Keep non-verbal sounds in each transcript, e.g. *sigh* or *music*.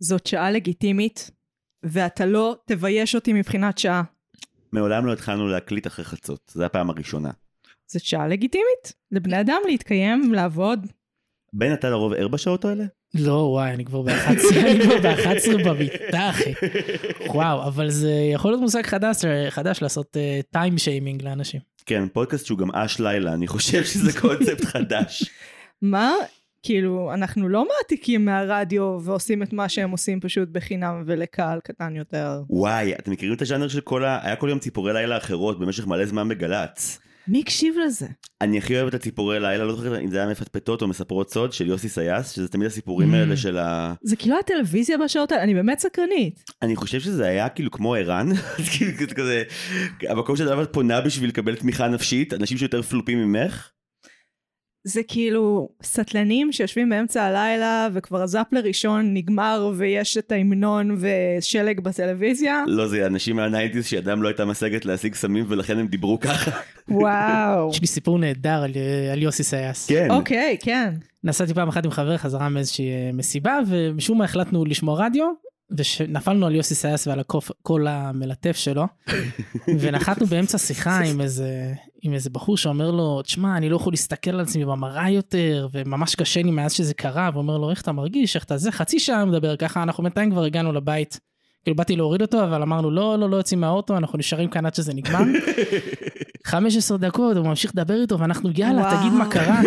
זאת שעה לגיטימית, ואתה לא תבייש אותי מבחינת שעה. מעולם לא התחלנו להקליט אחרי חצות, זו הפעם הראשונה. זאת שעה לגיטימית. לבני אדם להתקיים, לעבוד. בן, אתה לרוב ער בשעות האלה? לא, וואי, אני כבר ב-11, *laughs* אני כבר ב-11 במיטה, אחי. וואו, אבל זה יכול להיות מושג חדש, חדש לעשות טיים uh, שיימינג לאנשים. כן, פודקאסט שהוא גם אש לילה, אני חושב שזה קונספט חדש. מה? כאילו, אנחנו לא מעתיקים מהרדיו ועושים את מה שהם עושים פשוט בחינם ולקהל קטן יותר. וואי, אתם מכירים את הז'אנר של כל ה... היה כל יום ציפורי לילה אחרות במשך מלא זמן בגל"צ. מי הקשיב לזה? אני הכי אוהב את הציפורי לילה, לא זוכר אם זה היה מפטפטות או מספרות סוד של יוסי סייס, שזה תמיד הסיפורים האלה של ה... זה כאילו הטלוויזיה בשעות האלה, אני באמת סקרנית. אני חושב שזה היה כאילו כמו ערן, *laughs* כאילו כזה, המקום שאת פונה בשביל לקבל תמיכה נפשית, אנשים שיותר פלופים ממך. זה כאילו סטלנים שיושבים באמצע הלילה וכבר הזאפלר ראשון נגמר ויש את ההמנון ושלג *laughs* בטלוויזיה. לא, זה אנשים מהניינטיז שידם לא הייתה משגת להשיג סמים ולכן הם דיברו ככה. וואו. יש לי סיפור נהדר על, אה, על יוסי סייס. כן. אוקיי, okay, כן. נסעתי פעם אחת עם חבר חזרה מאיזושהי אה, מסיבה ומשום מה החלטנו לשמוע רדיו ונפלנו על יוסי סייס ועל הקול המלטף שלו, ונחתנו באמצע שיחה עם איזה, עם איזה בחור שאומר לו, תשמע, אני לא יכול להסתכל על עצמי במראה יותר, וממש קשה לי מאז שזה קרה, ואומר לו, איך אתה מרגיש, איך אתה זה, חצי שעה מדבר ככה, אנחנו בינתיים כבר הגענו לבית. כאילו באתי להוריד אותו, אבל אמרנו, לא, לא, לא יוצאים מהאוטו, אנחנו נשארים כאן עד שזה נגמר. 15 דקות, הוא ממשיך לדבר איתו, ואנחנו, יאללה, וואו. תגיד מה קרה.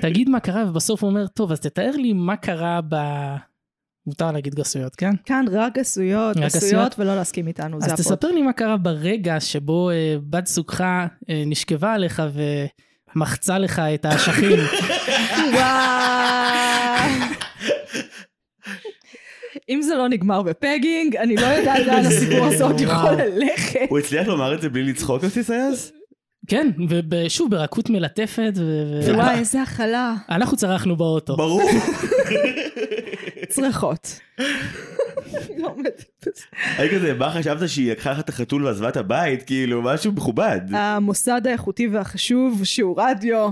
תגיד מה קרה, ובסוף הוא אומר, טוב, אז תתאר לי מה קרה ב... מותר להגיד גסויות, כן? כאן רק גסויות, גסויות ולא להסכים איתנו, זה הפוד. אז תספר לי מה קרה ברגע שבו אה, בת זוגך אה, נשכבה עליך ומחצה לך את האשכים. *laughs* אם זה לא נגמר בפגינג, אני לא יודעת לאן הסיפור הזה עוד יכול ללכת. הוא הצליח לומר את זה בלי לצחוק, אסיס אייז? כן, ושוב, ברכות מלטפת. וואי, איזה הכלה. אנחנו צרחנו באוטו. ברור. צרחות. היי כזה, מה חשבת שהיא לקחה לך את החתול ועזבה את הבית? כאילו, משהו מכובד. אה, המוסד האיכותי והחשוב, שהוא רדיו,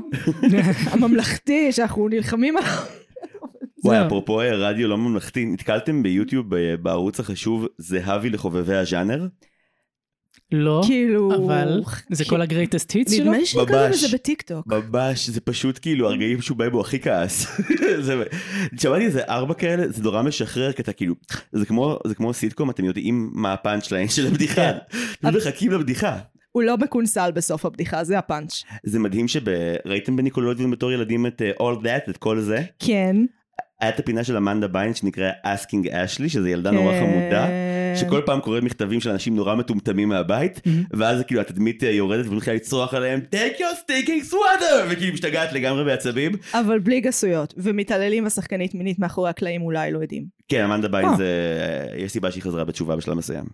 הממלכתי, שאנחנו נלחמים עליו. וואי, אפרופו רדיו לא ממלכתי, נתקלתם ביוטיוב בערוץ החשוב זהבי לחובבי הז'אנר? לא, כאילו... אבל זה כל הגרייטסט היטס שלו? נדמה לי שקראנו לזה בטיקטוק. ממש, זה פשוט כאילו הרגעים שהוא בא בו הכי כעס. *laughs* שמעתי איזה ארבע כאלה, זה נורא משחרר, כי אתה כאילו, זה כמו, זה כמו סיטקום, אתם יודעים מה הפאנץ' ליין של הבדיחה. אתם מחכים לבדיחה. הוא לא מקונסל בסוף הבדיחה, זה הפאנץ'. זה מדהים שראיתם בניקולוגים בתור ילדים את אה, All That, את כל זה? כן. היה את הפינה של אמנדה ביין שנקרא Asking Ashley, שזה ילדה נורא כן. חמודה. שכל פעם קורא מכתבים של אנשים נורא מטומטמים מהבית, ואז כאילו התדמית יורדת ומתחילה לצרוח עליהם, take your stinking sweater! וכאילו משתגעת לגמרי בעצבים. אבל בלי גסויות, ומתעללים בשחקנית מינית מאחורי הקלעים אולי לא יודעים. כן, אמנדה ביין זה... אה, יש סיבה שהיא חזרה בתשובה בשלב מסוים. Mm.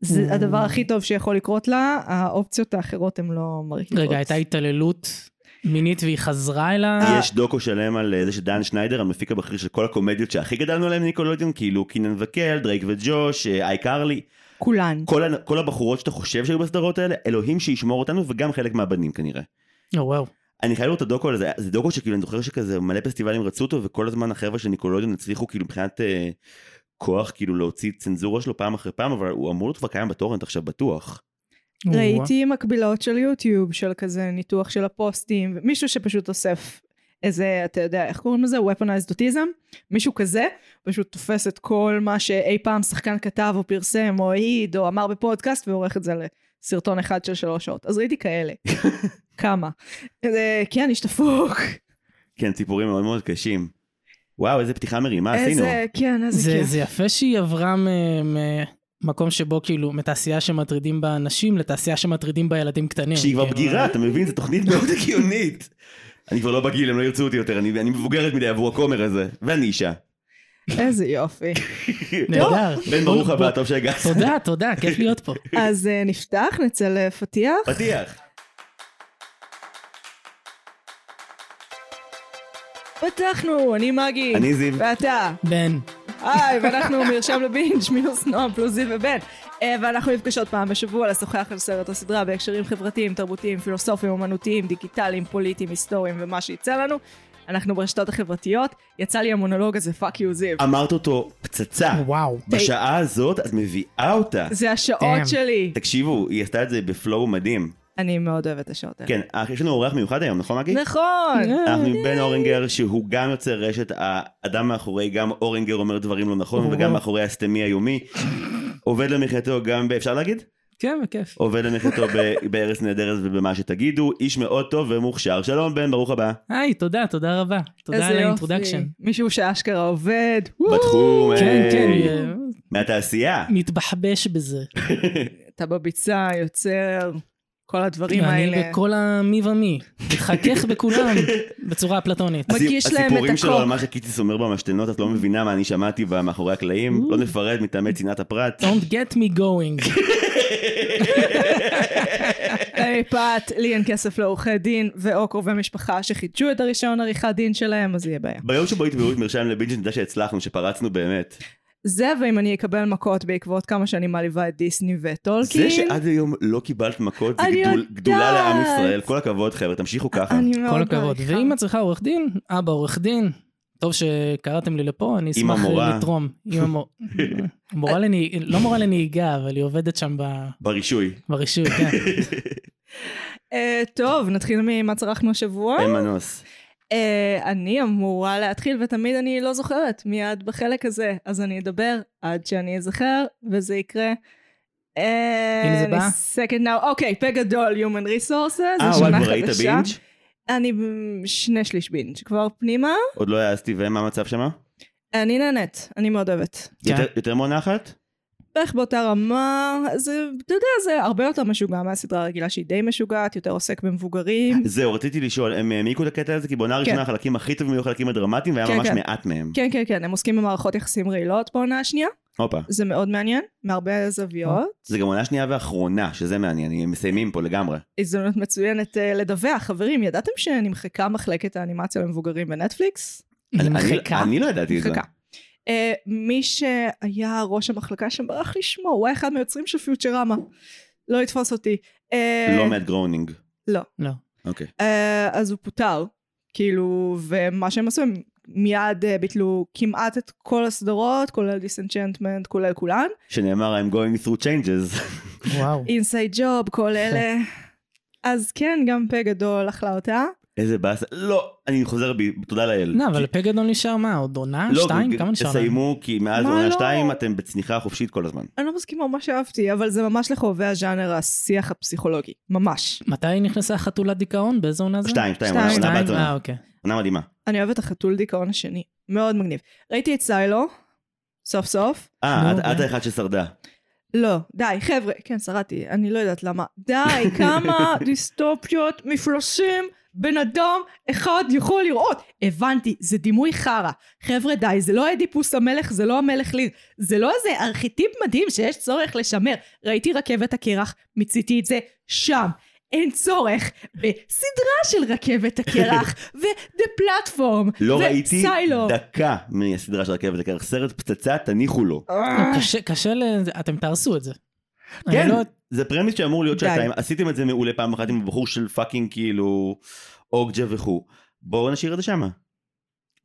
זה הדבר הכי טוב שיכול לקרות לה, האופציות האחרות הן לא מרחיקות. רגע, הייתה התעללות מינית והיא חזרה אליו. יש דוקו שלם על אה, זה שדן שניידר, המפיק הבכיר של כל הקומדיות שהכי גדלנו עליהן ניקולודיון, כאילו קינן וקל, דרייק וג'וש, איי קרלי. כולן. כל, כל הבחורות שאתה חושב שהיו בסדרות האלה, אלוהים שישמור אותנו וגם חלק מהבנים כנראה. או oh, וואו. Wow. אני חייב לראות את הדוקו הזה, זה דוקו שכאילו אני זוכר שכזה מלא פסטיבלים רצו אותו וכל הזמן החבר'ה של ניקולודיון הצליחו כאילו מבחינת אה, כוח כאילו להוציא צנזורה שלו פעם אחרי פעם, אבל הוא אמור להיות כבר קיים בטורנט עכשיו בטוח. ראיתי מקבילות של יוטיוב, של כזה ניתוח של הפוסטים, מישהו שפשוט אוסף איזה, אתה יודע, איך קוראים לזה? Weaponized autism? מישהו כזה, פשוט תופס את כל מה שאי פעם שחקן כתב או פרסם או העיד או אמר בפודקאסט ועורך את זה לסרטון אחד של שלוש שעות. אז ראיתי *laughs* כאלה. כמה. כן, איש דפוק. כן, סיפורים מאוד מאוד קשים. וואו, איזה פתיחה מרימה אה, עשינו. איזה, כן, איזה כיף. זה יפה שהיא עברה מקום שבו כאילו מתעשייה שמטרידים בה נשים לתעשייה שמטרידים בה ילדים קטנים. כאילו, שהיא כבר בגירה, אתה מבין? זו תוכנית מאוד הגיונית. אני כבר לא בגיל, הם לא ירצו אותי יותר, אני, אני מבוגרת מדי עבור הכומר הזה, ואני אישה. איזה יופי. *laughs* נהדר. בן ברוך הבא, טוב שהגעת. תודה, תודה, כיף להיות פה. אז אה, נפתח, נצא לפתיח. פתיח. פתחנו, אני מגי. אני זיו. ואתה. בן. היי, ואנחנו מרשם לבינג', מינוס נועם, פלוס זיו ובן. אה, ואנחנו נפגשות פעם בשבוע לשוחח על סרט או סדרה בהקשרים חברתיים, תרבותיים, פילוסופיים, אומנותיים, דיגיטליים, פוליטיים, היסטוריים ומה אה, שיצא לנו. אנחנו ברשתות החברתיות, יצא לי המונולוג הזה, פאק יו זיו. אמרת אותו פצצה. וואו. בשעה הזאת את מביאה אותה. זה Damn. השעות שלי. תקשיבו, היא עשתה את זה בפלואו מדהים. אני מאוד אוהבת את השעות האלה. כן, אה, יש לנו אורח מיוחד היום, נכון כן. מגי? אה, נכון. אנחנו עם בן אורינגר שהוא גם יוצר רשת האדם מאחורי, גם אורינגר אומר דברים לא נכון אוהו. וגם מאחורי הסתמי היומי. עובד למחייתו גם, ב- אפשר להגיד? כן, בכיף. עובד למחייתו ב- *laughs* בארץ נהדרת ובמה שתגידו, איש מאוד טוב ומוכשר. שלום בן, ברוך הבא. היי, תודה, תודה רבה. תודה איזה על יופי. האינטרודקשן. אה. מישהו שאשכרה עובד. בתחום, כן, כן, היי, אה, מהתעשייה. מתבחבש בזה. אתה בביצה, יוצר, כל הדברים אני האלה. בכל המי ומי. מתחכך בכולם בצורה אפלטונית. מגיש להם את הסי- הסיפורים שלו הכל. על מה שקיציס אומר במשתנות, את לא מבינה מה אני שמעתי בה מאחורי הקלעים, לא נפרד מטעמי צנעת הפרט. Don't get me *laughs* going. היי פת, לי אין כסף לעורכי דין ואו קרובי משפחה שחידשו את הרישיון עריכת דין שלהם, אז יהיה בעיה. ביום שבו יתבעו את מרשם לבינג' נדע שהצלחנו, שפרצנו באמת. זה ואם אני אקבל מכות בעקבות כמה שאני מעליבה את דיסני וטולקין. זה שעד היום לא קיבלת מכות, אוקיי. זה אני גדול- יודעת. גדולה לעם ישראל. כל הכבוד חבר'ה, תמשיכו ככה. אני מאוד כל הכבוד. מעריכה. ואם את צריכה עורך דין, אבא עורך דין. טוב שקראתם לי לפה, אני עם אשמח המורה. אה, לתרום. עם המורה. מורה לנהיג- לא מורה לנהיגה, אבל היא עובדת שם ב- ברישוי. ברישוי, כן. אה, טוב, נתחיל ממה צרכנו השבוע. אין מנוס. אה, אני אמורה להתחיל, ותמיד אני לא זוכרת מיד בחלק הזה, אז אני אדבר עד שאני אזכר, וזה יקרה. אה, הנה זה בא. second now, אוקיי, פה גדול, Human Resources, אה, זו וואי, שנה כבר ראית חדשה. בינג'? אני ב- שני שליש בינג' כבר פנימה. עוד לא העזתי, ומה המצב שמה? אני נהנית, אני מאוד אוהבת. כן. יותר- יותר מעונה אחת? בערך באותה רמה, זה, אתה יודע, זה הרבה יותר משוגע מהסדרה הרגילה שהיא די משוגעת, יותר עוסק *laughs* במבוגרים. זהו, רציתי לשאול, הם העמיקו את הקטע הזה? כי בעונה הראשונה החלקים הכי טובים היו החלקים הדרמטיים, והיה כן, ממש כן. מעט מהם. כן, כן, כן, הם עוסקים במערכות יחסים רעילות בעונה השנייה, הופה. זה מאוד מעניין, מהרבה זוויות. זה גם עונה שנייה ואחרונה, שזה מעניין, הם מסיימים פה לגמרי. הזדמנות מצוינת אה, לדווח. חברים, ידעתם שנמחקה מחלקת האנימציה למבוגרים בנטפליקס? אני- אני- נמחקה. אני לא ידעתי את זה. נמחקה. אה, מי שהיה ראש המחלקה שם ברח לי שמו, הוא היה אחד מהיוצרים של פיוטרמה. לא יתפוס אותי. אה, לא מאט גרונינג. לא. לא. אוקיי. אה, אז הוא פוטר, כאילו, ומה שהם עשו, הם מיד אה, ביטלו כמעט את כל הסדרות, כולל דיסנצ'נטמנט, כולל כולן. שנאמר I'm going through changes. וואו. אינסייד ג'וב, כל אלה. אז כן, גם פה גדול אכלה אותה. איזה באסה. לא, אני חוזר בי, תודה לאל. לא, אבל כי- פגדון נשאר מה? עוד עונה? לא, שתיים? כמה נשאר להם? תסיימו, כי מאז מה עונה לא? שתיים אתם בצניחה חופשית כל הזמן. אני לא מסכימה, ממש אהבתי, אבל זה ממש לחובבי הז'אנר השיח הפסיכולוגי, ממש. מתי נכנסה חתולת דיכאון? באיזה עונה זה? שתיים, שתיים, שתיים. עונה- עונה שתיים? בת עונה. אה, אוקיי. עונה מדהימה. אני אוהבת החתול דיכאון השני, מאוד מגניב. ראיתי את סיילו, סוף סוף. אה, נו, את- את נו. האחד ששרדה. לא, די, חבר'ה, כן, שרדתי, אני לא יודעת למה. די, כמה דיסטופיות, מפלושים, בן אדם אחד יכול לראות. הבנתי, זה דימוי חרא. חבר'ה, די, זה לא אדיפוס המלך, זה לא המלך ליר. זה לא איזה ארכיטיפ מדהים שיש צורך לשמר. ראיתי רכבת הקרח, מיציתי את זה שם. אין צורך בסדרה של רכבת הקרח ו-The Platform לא ראיתי וסיילו. דקה מהסדרה של רכבת הקרח. סרט פצצה, תניחו לו. לא, קשה- קשה ל... אתם תהרסו את זה. אני כן, לא- זה פרמיס שאמור להיות די. שעתיים. עשיתם את זה מעולה פעם אחת עם הבחור של פאקינג כאילו אוגג'ה וכו'. בואו נשאיר את זה שמה.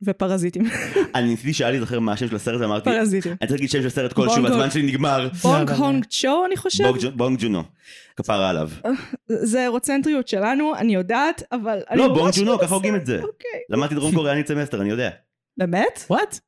ופרזיטים. אני ניסיתי שעה להיזכר מה השם של הסרט ואמרתי, אני פרזיטים. צריך להגיד שם של סרט כלשהו בונגו. והזמן שלי נגמר. בונג אבל- הונג צ'ו, אני חושבת. בונג ג'ו- בונג ג'ונו. כפרה עליו. זה אירוצנטריות שלנו, אני יודעת, אבל... אני לא, ממש בונג ג'ונו, מנסה. ככה הוגים את זה. אוקיי. למדתי דרום קוריאנית סמסטר, אני יודע. *laughs* באמת? וואט?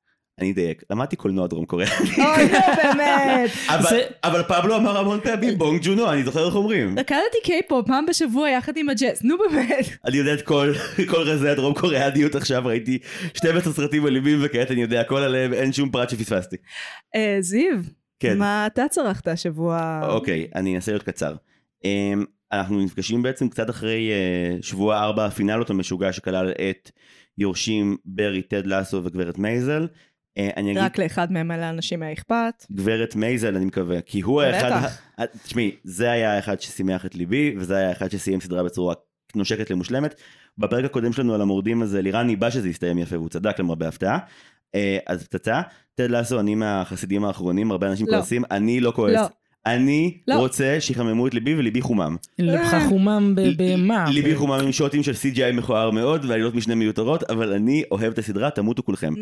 אני אדייק. למדתי קולנוע דרום קוריאני. אוי, לא, באמת. אבל- זה- אבל פבלו אמר המון פעמים בונג ג'ונו, אני זוכר איך *laughs* אומרים. רקדתי קיי-פופ פעם בשבוע יחד עם הג'אז, נו באמת. אני יודע את כל כל רזי הדרום קוריאניות עכשיו, ראיתי 12 סרטים אלימים וכעת אני יודע הכל עליהם, אין שום פרט שפספסתי. אה, זיו, כן. מה אתה צרכת השבוע? אוקיי, אני אנסה להיות קצר. אמ, אנחנו נפגשים בעצם קצת אחרי אה, שבוע ארבע הפינאלות המשוגע שכלל את יורשים ברי, טד לסו וגברת מייזל. אה, אני אגיד רק לאחד מהם על האנשים היה אכפת. גברת מייזל אני מקווה, כי הוא בטח. האחד, ה- תשמעי, זה היה האחד ששימח את ליבי, וזה היה האחד שסיים סדרה בצורה נושקת למושלמת. בפרק הקודם שלנו על המורדים הזה, לירן ניבא שזה יסתיים יפה, והוא צדק למרבה הפתעה. אה, אז פצצה, תד לסו, אני מהחסידים האחרונים, הרבה אנשים לא. כועסים, אני לא כועס. לא. אני לא. רוצה שיחממו את ליבי וליבי חומם. אה. לבך חומם ב- במה? אוקיי. אוקיי. ליבי חומם עם שוטים של CGI מכוער מאוד לא ועלילות משנה מיותרות, אבל אני אוהב את הסדרה, תמותו כולכם.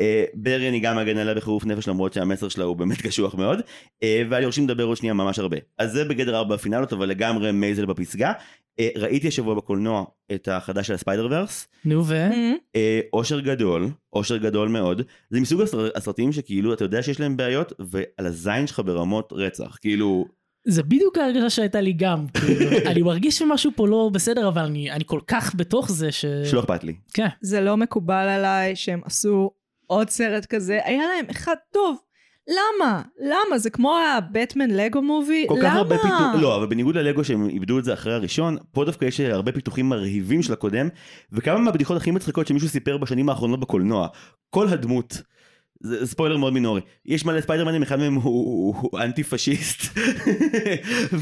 אה, ברי אני גם אגן עליה בחירוף נפש למרות שהמסר שלה הוא באמת *laughs* קשוח מאוד, אה, ועל יורשים לדבר עוד שנייה ממש הרבה. אז זה בגדר ארבע הפינאלות, אבל לגמרי מייזל בפסגה. אה, ראיתי השבוע בקולנוע את החדש של הספיידר ורס, נו ו... אה, אושר גדול, אושר גדול מאוד. זה מסוג הסר- הסרטים שכאילו אתה יודע שיש להם בעיות, ועל הזין שלך ברמות רצח. כאילו, זה בדיוק ההרגשה שהייתה לי *laughs* גם. כאילו. אני מרגיש שמשהו פה לא בסדר, אבל אני אני כל כך בתוך זה ש... שלא אכפת לי. כן. זה לא מקובל עליי שהם עשו עוד סרט כזה, היה להם אחד טוב. למה? למה? זה כמו הבטמן לגו מובי? כל למה? כך הרבה פיתוח, לא, אבל בניגוד ללגו שהם איבדו את זה אחרי הראשון, פה דווקא יש הרבה פיתוחים מרהיבים של הקודם, וכמה מהבדיחות הכי מצחיקות שמישהו סיפר בשנים האחרונות בקולנוע. כל הדמות, זה ספוילר מאוד מינורי, יש מלא ספיידרמנים, אחד מהם הוא, הוא, הוא אנטי פשיסט, *laughs*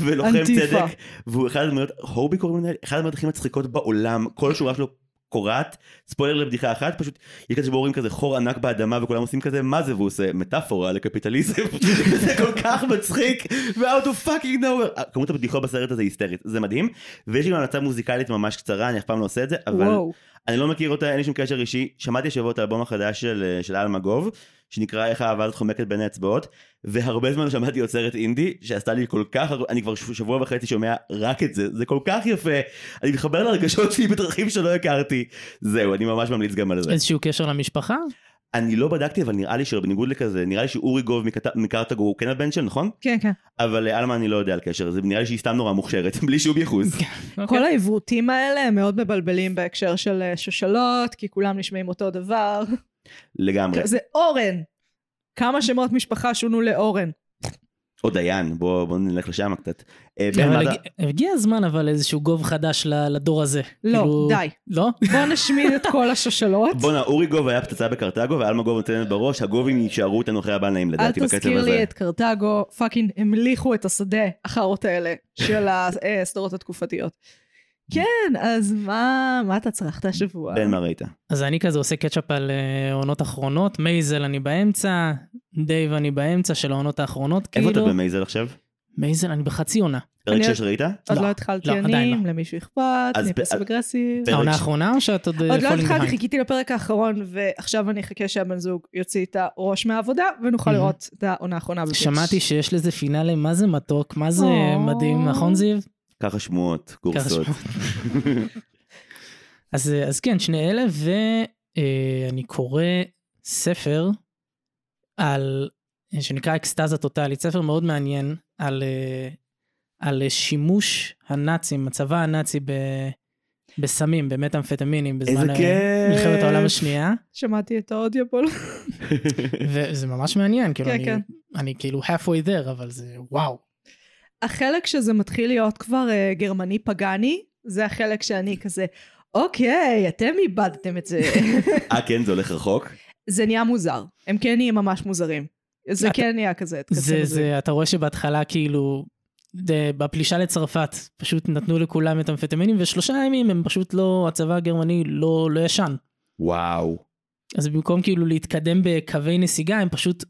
ולוחם אנטיפה. צדק, והוא אחד הדמויות, הובי קוראים לזה, אחד הדמויות הכי מצחיקות בעולם, כל שורה שלו קורעת, ספוילר לבדיחה אחת, פשוט יש כזה שבו רואים כזה חור ענק באדמה וכולם עושים כזה מה זה והוא עושה מטאפורה לקפיטליזם *laughs* זה כל כך מצחיק ו-out of fucking nowhere אה, כמות הבדיחות בסרט הזה היא היסטרית זה מדהים ויש לי גם המלצה מוזיקלית ממש קצרה אני אף פעם לא עושה את זה אבל וואו. אני לא מכיר אותה אין לי שום קשר אישי שמעתי השבוע את האלבום החדש של, אה, של אלמגוב שנקרא איך האהבה הזאת חומקת בין האצבעות והרבה זמן לא שמעתי יוצרת אינדי שעשתה לי כל כך הר- אני כבר ש- שבוע וחצי שומע רק את זה זה כל כך יפה אני מתחבר לרגשות שלי בדרכים שלא הכרתי זהו אני ממש ממליץ גם על זה איזשהו קשר למשפחה? אני לא בדקתי אבל נראה לי שבניגוד לכזה נראה לי שאורי גוב מקט- מקרתגו הוא כן הבן של נכון כן, כן. אבל לאלמה אני לא יודע על קשר זה נראה לי שהיא סתם נורא מוכשרת *laughs* בלי שום ייחוס אוקיי. כל העברותים האלה הם מאוד מבלבלים בהקשר של אה, שושלות, כי כולם נשמעים אותו דבר. אוקיי. לגמרי זה אורן. כמה שמות משפחה שונו לאורן. או דיין בוא בוא נלך לשם קצת. אה, בן, מה אבל אתה- הג- הגיע הזמן אבל איזשהו גוב חדש ל- לדור הזה. לא, כאילו- די. לא? בוא נשמיד את כל השושלות. בואנה, אורי גוב היה פצצה בקרתגו, ואלמה גוב נותנת בראש, הגובים יישארו איתנו אחרי הבא להם אל לדעתי בקצב הזה. תזכיר לי את קרתגו, פאקינג המליכו את השדה, החארות האלה, של אה, הסדרות התקופתיות. כן, אז מה, מה אתה צרכת השבוע? בן מה ראית? אז אני כזה עושה קצ'אפ על אה, עונות אחרונות, מייזל אני באמצע, דייב אני באמצע של העונות האחרונות, כאילו. איפה אתה במייזל עכשיו? מייזל אני בחצי עונה. פרק אני- 6 ראית? עוד לא, לא התחלתי לא, עדיין עניים, לא. למישהו אכפת, אז אני פ- פסיב אגרסיב. פרק העונה ש- האחרונה או שאת עוד... אה, עוד לא falling התחלתי, behind? חיכיתי לפרק האחרון, ועכשיו אני אחכה שהבן זוג יוציא את הראש מהעבודה, ונוכל Mhm. לראות את העונה האחרונה. בבית. שמעתי שיש לזה פינאלה, מה זה מתוק, מה זה או. מדהים, נכון זיו? ככה שמועות, קורסות. ככה כן, אז, אז כן, שני אלה, ואני קורא ספר על, אה, שנקרא אקסטזה טוטאלית, ספר מאוד מעניין על, אה, על שימוש הנאצים, הצבא הנאצי ב, בסמים, במטאמפטמינים, בזמן איזה ה- כיף. מלחמת העולם השנייה, שמעתי את האודיובול. וזה ממש מעניין, כאילו, כן, אני, כן. אני כאילו halfway there, אבל זה וואו. *laughs* החלק שזה מתחיל להיות כבר אה, גרמני פגאני, זה החלק שאני כזה, אוקיי, אתם איבדתם את זה. *laughs* אה כן, זה הולך רחוק? זה נהיה מוזר. הם כן נהיים ממש מוזרים. זה אתה- כן נהיה כזה. התקצב זה, הזה. זה, אתה רואה שבהתחלה כאילו, זה- בפלישה לצרפת, פשוט נתנו לכולם את המפטמינים, ושלושה ימים הם פשוט לא, הצבא הגרמני לא, לא ישן. וואו. אז במקום כאילו להתקדם בקווי נסיגה, הם פשוט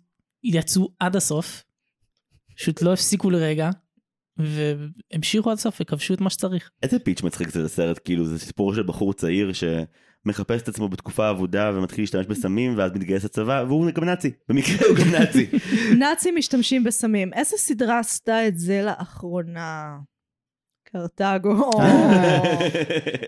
יצאו עד הסוף, פשוט לא הפסיקו לרגע, והמשיכו עד הסוף וכבשו את מה שצריך. איזה פיץ' מצחיק זה לסרט, כאילו זה סיפור של בחור צעיר שמחפש את עצמו בתקופה אבודה ומתחיל להשתמש בסמים ואז מתגייס לצבא והוא גם נאצי, במקרה הוא גם *laughs* נאצי. נאצים משתמשים בסמים. איזה סדרה עשתה את זה לאחרונה? *laughs* קרתגו. *laughs*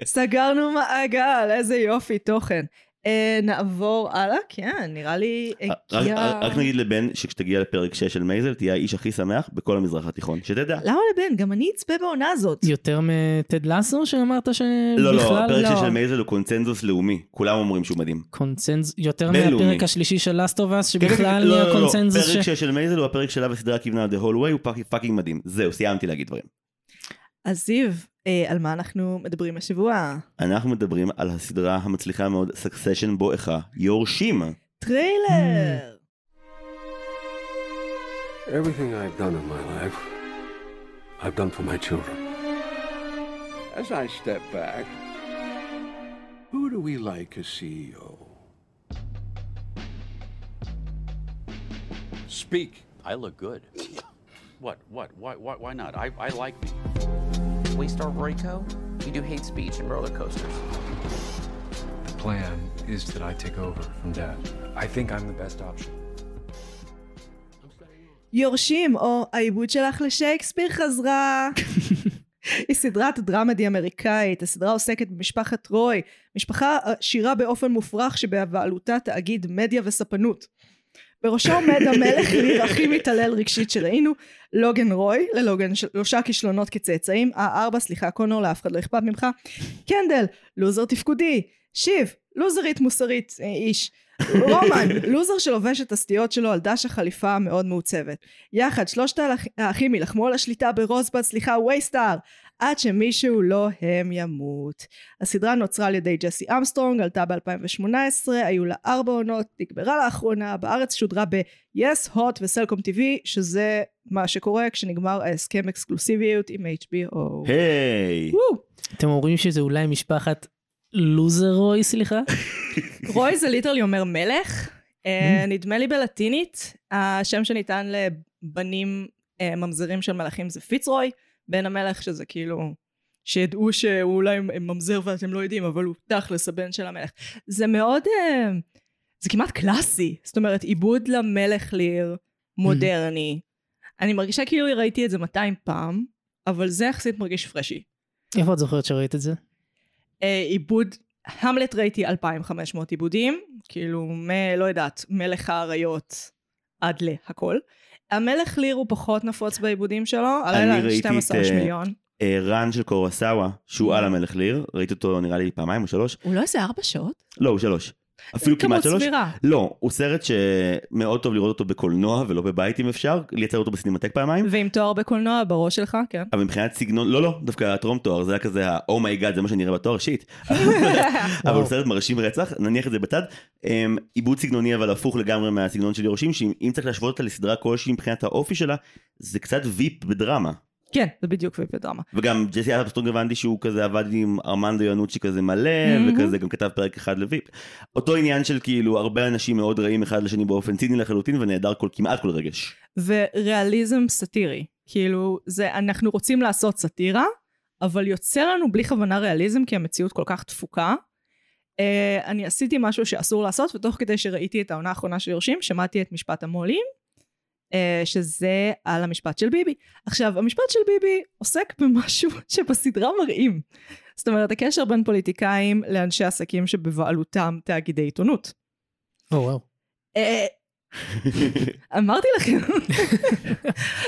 סגרנו מעגל, איזה יופי תוכן. אה, נעבור הלאה, כן, נראה לי אה, רק- הגיע... רק- רק נגיד לבן שכשתגיע לפרק 6 של מייזל תהיה האיש הכי שמח בכל המזרח התיכון, שתדע. למה לבן? גם אני אצפה בעונה הזאת. יותר מטד לסו שאמרת שבכלל... לא, לא, הפרק לא. שש של מייזל הוא קונצנזוס לאומי, כולם אומרים שהוא מדהים. קונצנז... יותר בינלאומי. מהפרק השלישי של לאסטובס, לא, שבכלל לא, לא, לא, הקונצנזוס פרק ש... שש של מייזל הוא הפרק שלה בסדרה כיוונה The whole way הוא פאק- פאקינג מדהים. זהו, סיימתי להגיד דברים. אז זיו, אה, על מה אנחנו מדברים השבוע? אנחנו מדברים על הסדרה המצליחה מאוד, Succession בואכה יורשים. Hmm. טריילר! Everything I've done in my life, I've done for my children. As I step back, who do we like as E CEO? Speak. I look good. What? What? Why? Why, why not? I, I like me. We star Royco. You do hate speech and roller coasters. The plan is that I take over from Dad. I think I'm the best option. יורשים, או העיבוד שלך לשייקספיר חזרה. היא סדרת דרמדי אמריקאית, הסדרה עוסקת במשפחת רוי, משפחה עשירה באופן מופרך שבבעלותה תאגיד מדיה וספנות. בראשו עומד המלך ליר הכי מתעלל רגשית שראינו, לוגן רוי, ללוגן שלושה כישלונות כצאצאים, אה ארבע, סליחה קונור, לאף אחד לא אכפת ממך, קנדל, לוזר תפקודי, שיב, לוזרית מוסרית, אה, איש, רומן, לוזר שלובש את הסטיות שלו על דש החליפה המאוד מעוצבת. יחד, שלושת האח- האחים יילחמו על השליטה ברוזבד, סליחה, וייסטאר, עד שמישהו לא הם ימות. הסדרה נוצרה על ידי ג'סי אמסטרונג, עלתה ב-2018, היו לה ארבע עונות, נגמרה לאחרונה, בארץ שודרה ב-yes, hot וסלקום TV, שזה מה שקורה כשנגמר ההסכם אקסקלוסיביות עם HBO. היי! וואו. אתם אומרים שזה אולי משפחת לוזרוי, סליחה? רוי זה ליטרלי אומר מלך, אה, נדמה לי בלטינית, השם שניתן לבנים אה, ממזרים של מלכים זה פיצרוי, בן המלך שזה כאילו, שידעו שהוא אולי ממזר ואתם לא יודעים, אבל הוא תכלס הבן של המלך. זה מאוד, אה, זה כמעט קלאסי, זאת אומרת עיבוד למלך ליר מודרני. אני מרגישה כאילו ראיתי את זה 200 פעם, אבל זה יחסית מרגיש פרשי. איפה את זוכרת שראית את זה? אה, עיבוד, המלט ראיתי 2,500 עיבודים, כאילו, מ, לא יודעת, מלך האריות עד להכל. המלך ליר הוא פחות נפוץ בעיבודים שלו, הלילה ראיתי את, 12 אה, מיליון. אה, רן של קורסאווה, שהוא על המלך ליר, ראיתי אותו נראה לי פעמיים או שלוש, הוא לא איזה ארבע שעות? לא, הוא שלוש. אפילו כמות כמעט שלוש. סבירה. לא, הוא סרט שמאוד טוב לראות אותו בקולנוע ולא בבית אם אפשר, לייצר אותו בסינמטק פעמיים. ועם תואר בקולנוע בראש שלך, כן. אבל מבחינת סגנון, לא לא, דווקא הטרום תואר, זה היה כזה ה-אומייגאד, זה מה שנראה בתואר, שיט. אבל הוא סרט מרשים רצח, נניח את זה בצד. אמ, עיבוד סגנוני אבל הפוך לגמרי מהסגנון של יורשים, שאם אם צריך להשוות אותה לסדרה כלשהי מבחינת האופי שלה, זה קצת ויפ בדרמה. כן, זה בדיוק ויפדרמה. וגם ג'סי אדפסטרונג הבנתי שהוא כזה עבד עם ארמנדו יונוצ'י כזה מלא, Mhm. וכזה גם כתב פרק אחד לוויפ. אותו עניין של כאילו הרבה אנשים מאוד רעים אחד לשני באופן ציני לחלוטין ונעדר כל, כמעט כל רגש. וריאליזם סאטירי. כאילו, זה, אנחנו רוצים לעשות סאטירה, אבל יוצא לנו בלי כוונה ריאליזם, כי המציאות כל כך תפוקה. Uh, אני עשיתי משהו שאסור לעשות, ותוך כדי שראיתי את העונה האחרונה של יורשים, שמעתי את משפט המו"לים, uh, שזה על המשפט של ביבי. עכשיו, המשפט של ביבי עוסק במשהו *laughs* שבסדרה מראים. זאת אומרת, הקשר בין פוליטיקאים לאנשי עסקים שבבעלותם תאגידי עיתונות. או וואו. אה, אמרתי לכם.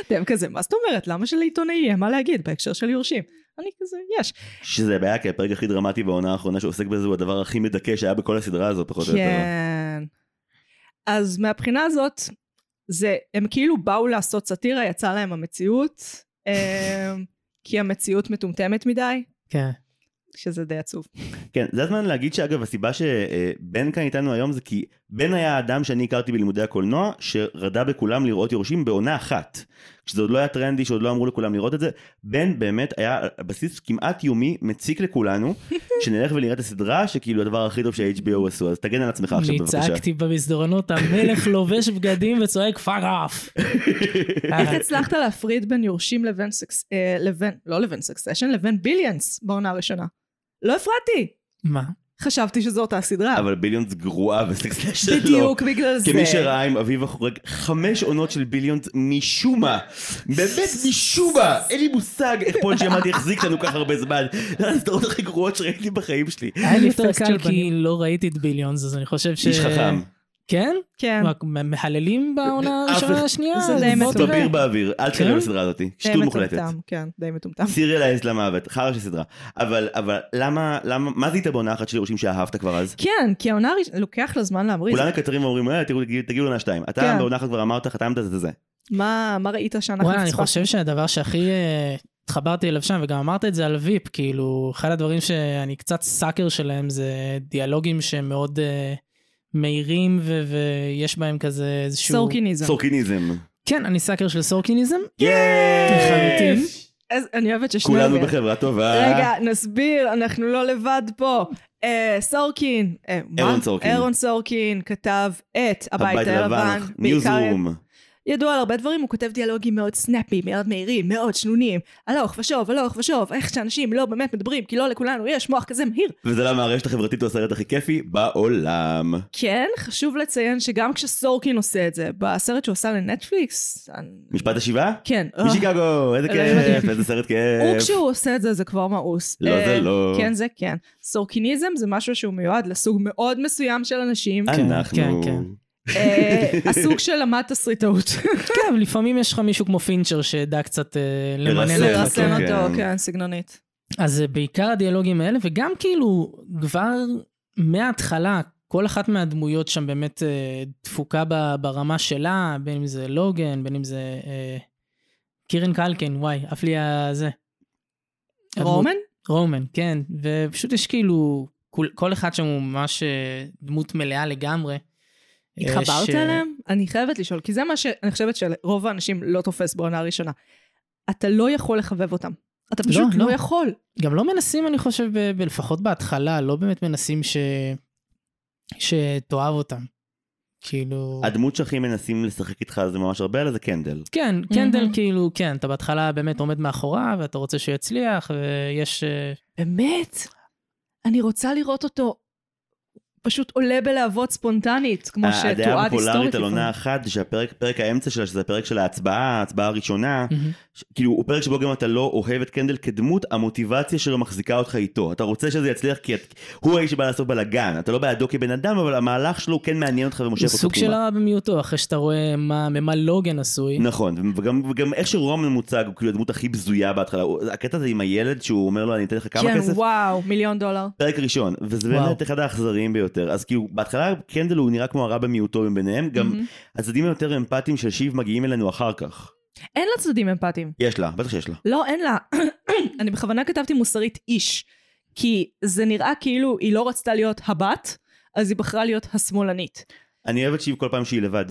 אתם כזה, מה זאת אומרת? למה שלעיתונאי יהיה מה להגיד בהקשר של יורשים? אני כזה, יש. שזה בעיה, כי הפרק הכי דרמטי בעונה האחרונה שעוסק בזה הוא הדבר הכי מדכא שהיה בכל הסדרה הזו פחות או יותר. כן. אז מהבחינה הזאת, זה, הם כאילו באו לעשות סאטירה, יצאה להם המציאות, אה, כי המציאות מטומטמת מדי, כן. שזה די עצוב. כן, זה הזמן להגיד שאגב הסיבה שבן כאן איתנו היום זה כי בן היה האדם שאני הכרתי בלימודי הקולנוע שרדה בכולם לראות יורשים בעונה אחת. כשזה עוד לא היה טרנדי שעוד לא אמרו לכולם לראות את זה. בן באמת היה על בסיס כמעט יומי מציק לכולנו שנלך ונראה את הסדרה שכאילו הדבר הכי טוב שה-HBO עשו אז תגן על עצמך עכשיו אני בבקשה. צעקתי במסדרונות, המלך *laughs* לובש בגדים וצועק אה, פאק *laughs* אף. איך אה. הצלחת להפריד בין יורשים לבין סקס... אה, לבין, לא לבין סקסשן, לבין ביליאנס בעונה הראשונה? לא הפרעתי! מה? חשבתי שזו אותה הסדרה. אבל ביליונס גרועה וסקסשן לא. בדיוק בגלל זה. כמי שראה עם אביב החורג חמש עונות של ביליונס משום מה, באמת משום מה, אין לי מושג איך פול ג'יאמטי החזיק אותנו כך הרבה זמן, זה אחת הסדרות הכי גרועות שראיתי בחיים שלי. היה לי יותר פרק של קל כי בנים. לא ראיתי את ביליונס, אז אני חושב ש... איש חכם, כן? כן. מה, מ- מהללים בעונה אף הראשונה אחד- השנייה? אה, זה די בוא מטורף. תראה. סביר באוויר, אל תקרב כן? לסדרה הזאת, די שטות מוחלטת. מטומטם, כן, די מטומטם. סיריאל למוות, חרא של סדרה. אבל, אבל, למה, למה, מה זיהית בעונה אחת של ירושים שאהבת כבר אז? כן, כי העונה הראשונה, לוקח לה זמן להמריץ. כולם מקטרים ואומרים, "אה, תראו, תגיעו- תגיעו לעונה שתיים. אתה כן. בעונה אחת כבר אמרת, חתמת, זה זה זה. מה מה ראית שאנחנו וואלה, אני פספסנו? חושב שהדבר שהכי אה, התחברתי אליו שם, וגם אמרת את זה על ויפ, כאילו, אחד הדברים שאני קצת סאקר שלהם זה דיאלוגים שהם מאוד אה, מהירים, ו- ויש בהם כזה איזשהו... סורקיניזם. סורקיניזם. כן, אני סאקר של סורקיניזם. יאיי! לחלוטין. אה, אז אני אוהבת ששנינו... כולנו ביחד. בחברה טובה. רגע, נסביר, אנחנו לא לבד פה. אה, סורקין, אה, מה? אהרון סורקין. אהרון סורקין כתב את הבית הבית הלבן, הלבן, ניוזרום. ידוע על הרבה דברים, הוא כותב דיאלוגים מאוד סנאפי, מאוד מהירים, מאוד שנונים. הלוך ושוב, הלוך ושוב, איך שאנשים לא באמת מדברים, כי לא לכולנו יש מוח כזה מהיר. וזה למה הרשת החברתית הוא הסרט הכי כיפי בעולם. כן, חשוב לציין שגם כשסורקין עושה את זה, בסרט שהוא עשה לנטפליקס... משפט השבעה? כן. משיקגו, איזה כיף, מדהים. איזה סרט הוא כיף. כשהוא עושה את זה, זה כבר מאוס. לא, זה אה, לא. כן, זה כן. סורקיניזם זה משהו שהוא מיועד לסוג מאוד מסוים של אנשים. אנחנו... כן, כן. אה, הסוג שלמד *laughs* תסריטאות. כן, אבל לפעמים יש לך מישהו כמו פינצ'ר שידע קצת אה, למנן לרסן. אותך. כן. לרסן כן. אותו, כן, סגנונית. אז זה בעיקר הדיאלוגים האלה, וגם כאילו כבר מההתחלה, כל אחת מהדמויות שם באמת אה, דפוקה ב- ברמה שלה, בין אם זה לוגן, בין אם זה אה, קירן קלקן, וואי, עף לי הזה. הדמות- רומן? רומן, כן, ופשוט יש כאילו, כל, כל אחד שם הוא ממש אה, דמות מלאה לגמרי. אה, התחברת ש- אליהם? אני חייבת לשאול, כי זה מה שאני חושבת שרוב האנשים לא תופס בעונה הראשונה. אתה לא יכול לחבב אותם. אתה לא, פשוט לא. לא יכול. גם לא מנסים, אני חושב, ב- ב- לפחות בהתחלה, לא באמת מנסים ש... שתאהב אותם. כאילו... הדמות שהכי מנסים לשחק איתך זה ממש הרבה, אלא זה קנדל. כן, קנדל מהמם. כאילו, כן, אתה בהתחלה באמת עומד מאחוריו, ואתה רוצה שהוא יצליח, ויש... אה, באמת? אני רוצה לראות אותו פשוט עולה בלהבות ספונטנית, כמו שתועד היסטורית. אה, הדעה הפופולרית על לפעמים. עונה אחת זה שהפרק פרק האמצע שלה, שזה הפרק של ההצבעה, ההצבעה הראשונה, ש- כאילו הוא פרק שבו גם אתה לא אוהב את קנדל כדמות, המוטיבציה שלו מחזיקה אותך איתו. אתה רוצה שזה יצליח כי את... הוא האיש שבא לעשות בלאגן, אתה לא בעדו כבן אדם, אבל המהלך שלו כן מעניין אותך ומושך הוא אותך סוג של פנימה. הרע במיעוטו, אחרי שאתה רואה מה, ממה לוגן עשוי. אוקיי. נכון, וגם, וגם איך שרומן מוצג הוא כאילו הדמות הכי בזויה בהתחלה. הוא- הקטע הזה עם הילד שהוא אומר לו אני אתן לך כמה כן, כסף? וואו, מיליון דולר. פרק ראשון, וזה וואו. באמת אחד האכזריים ביותר. אז כאילו, בהתחלה קנדל הוא נראה כמו הרע במיעוטו מביניהם, גם הצדדים היותר אמפתיים של שיב מגיעים אלינו אחר כך. אין לה צדדים אמפתיים. יש לה, בטח שיש לה. לא, אין לה. *coughs* אני בכוונה כתבתי מוסרית איש, כי זה נראה כאילו היא לא רצתה להיות הבת, אז היא בחרה להיות השמאלנית. אני אוהב את שיב כל פעם שהיא לבד.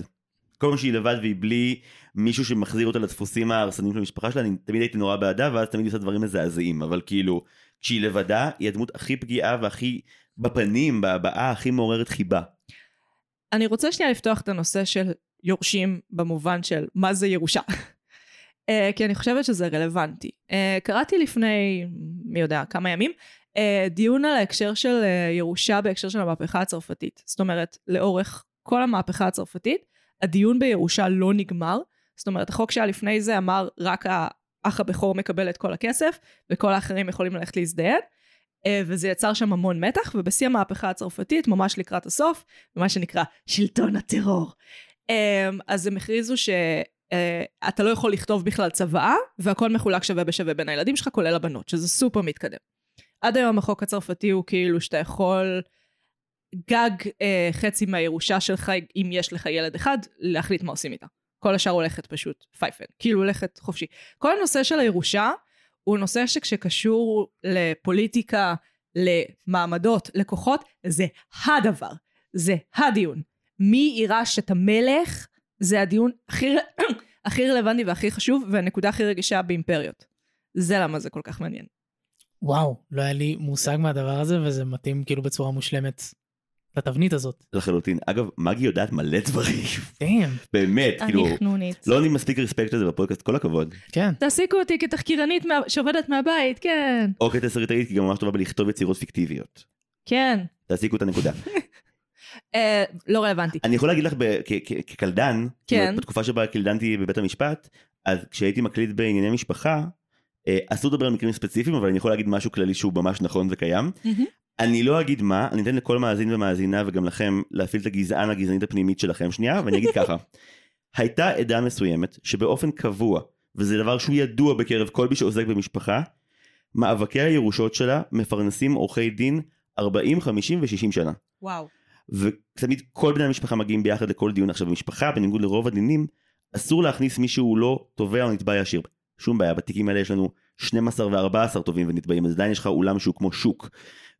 כל פעם שהיא לבד והיא בלי מישהו שמחזיר אותה לדפוסים ההרסניים של המשפחה שלה, אני תמיד הייתי נורא בעדה, ואז תמיד היא עושה דברים מזעזעים, אבל כאילו, כשהיא לבדה, היא הדמות הכי פגיעה והכי בפנים, בהבעה הכי מעוררת חיבה. אני רוצה שנייה לפתוח את הנושא של יורשים במובן של מה זה ירושה. אה, כי אני חושבת שזה רלוונטי. אה, קראתי לפני, מי יודע, כמה ימים, אה, דיון על ההקשר של אה, ירושה בהקשר של המהפכה הצרפתית. זאת אומרת, לאורך כל המהפכה הצרפתית, הדיון בירושה לא נגמר. זאת אומרת, החוק שהיה לפני זה אמר רק האח הבכור מקבל את כל הכסף, וכל האחרים יכולים ללכת להזדיין. אה, וזה יצר שם המון מתח, ובשיא המהפכה הצרפתית, ממש לקראת הסוף, מה שנקרא שלטון הטרור. אמ, אז הם הכריזו ש... אה, אתה לא יכול לכתוב בכלל צוואה, והכל מחולק שווה בשווה בין הילדים שלך, כולל הבנות, שזה סופר מתקדם. עד היום החוק הצרפתי הוא כאילו שאתה יכול גג אה, חצי מהירושה שלך, אם יש לך ילד אחד, להחליט מה עושים איתה. כל השאר הולכת פשוט פייפן, כאילו הולכת חופשי. כל הנושא של הירושה הוא נושא שכשקשור לפוליטיקה, למעמדות, לכוחות, זה הדבר. זה הדיון. מי יירש את המלך, זה הדיון הכי, *clears throat* הכי רלוונטי והכי חשוב, והנקודה הכי רגישה באימפריות. זה למה זה כל כך מעניין. וואו, לא היה לי מושג מהדבר הזה, וזה מתאים כאילו בצורה מושלמת לתבנית הזאת. לחלוטין. אגב, מגי יודעת מלא דברים. *laughs* דאם, באמת, אה, כאילו, חנונית. לא נותנים מספיק רספקט לזה בפודקאסט, כל הכבוד. כן. תעסיקו אותי כתחקירנית מה... שעובדת מהבית, כן. או כתסריטאית, כי היא גם ממש טובה בלכתוב יצירות פיקטיביות. כן. תעסיקו את הנקודה. אה, לא רלוונטי. אני יכול להגיד לך ב- כ- כ- כקלדן, כן. זאת אומרת, בתקופה שבה קלדנתי בבית המשפט, אז כשהייתי מקליט בענייני משפחה, אה, אסור לדבר על מקרים ספציפיים, אבל אני יכול להגיד משהו כללי שהוא ממש נכון וקיים. מהמם. אני לא אגיד מה, אני אתן לכל מאזין ומאזינה וגם לכם להפעיל את הגזען הגזענית הפנימית שלכם שנייה, ואני אגיד ככה. הייתה עדה מסוימת שבאופן קבוע, וזה דבר שהוא ידוע בקרב כל מי שעוסק במשפחה, מאבקי הירושות שלה מפרנסים עורכי דין 40, 50 ו-60 שנה. וואו. ותמיד כל בני המשפחה מגיעים ביחד לכל דיון. עכשיו במשפחה, בניגוד לרוב הדינים, אסור להכניס מי שהוא לא תובע או נתבע ישיר. שום בעיה, בתיקים האלה יש לנו 12 ו-14 תובעים ונתבעים, אז עדיין יש לך אולם שהוא כמו שוק.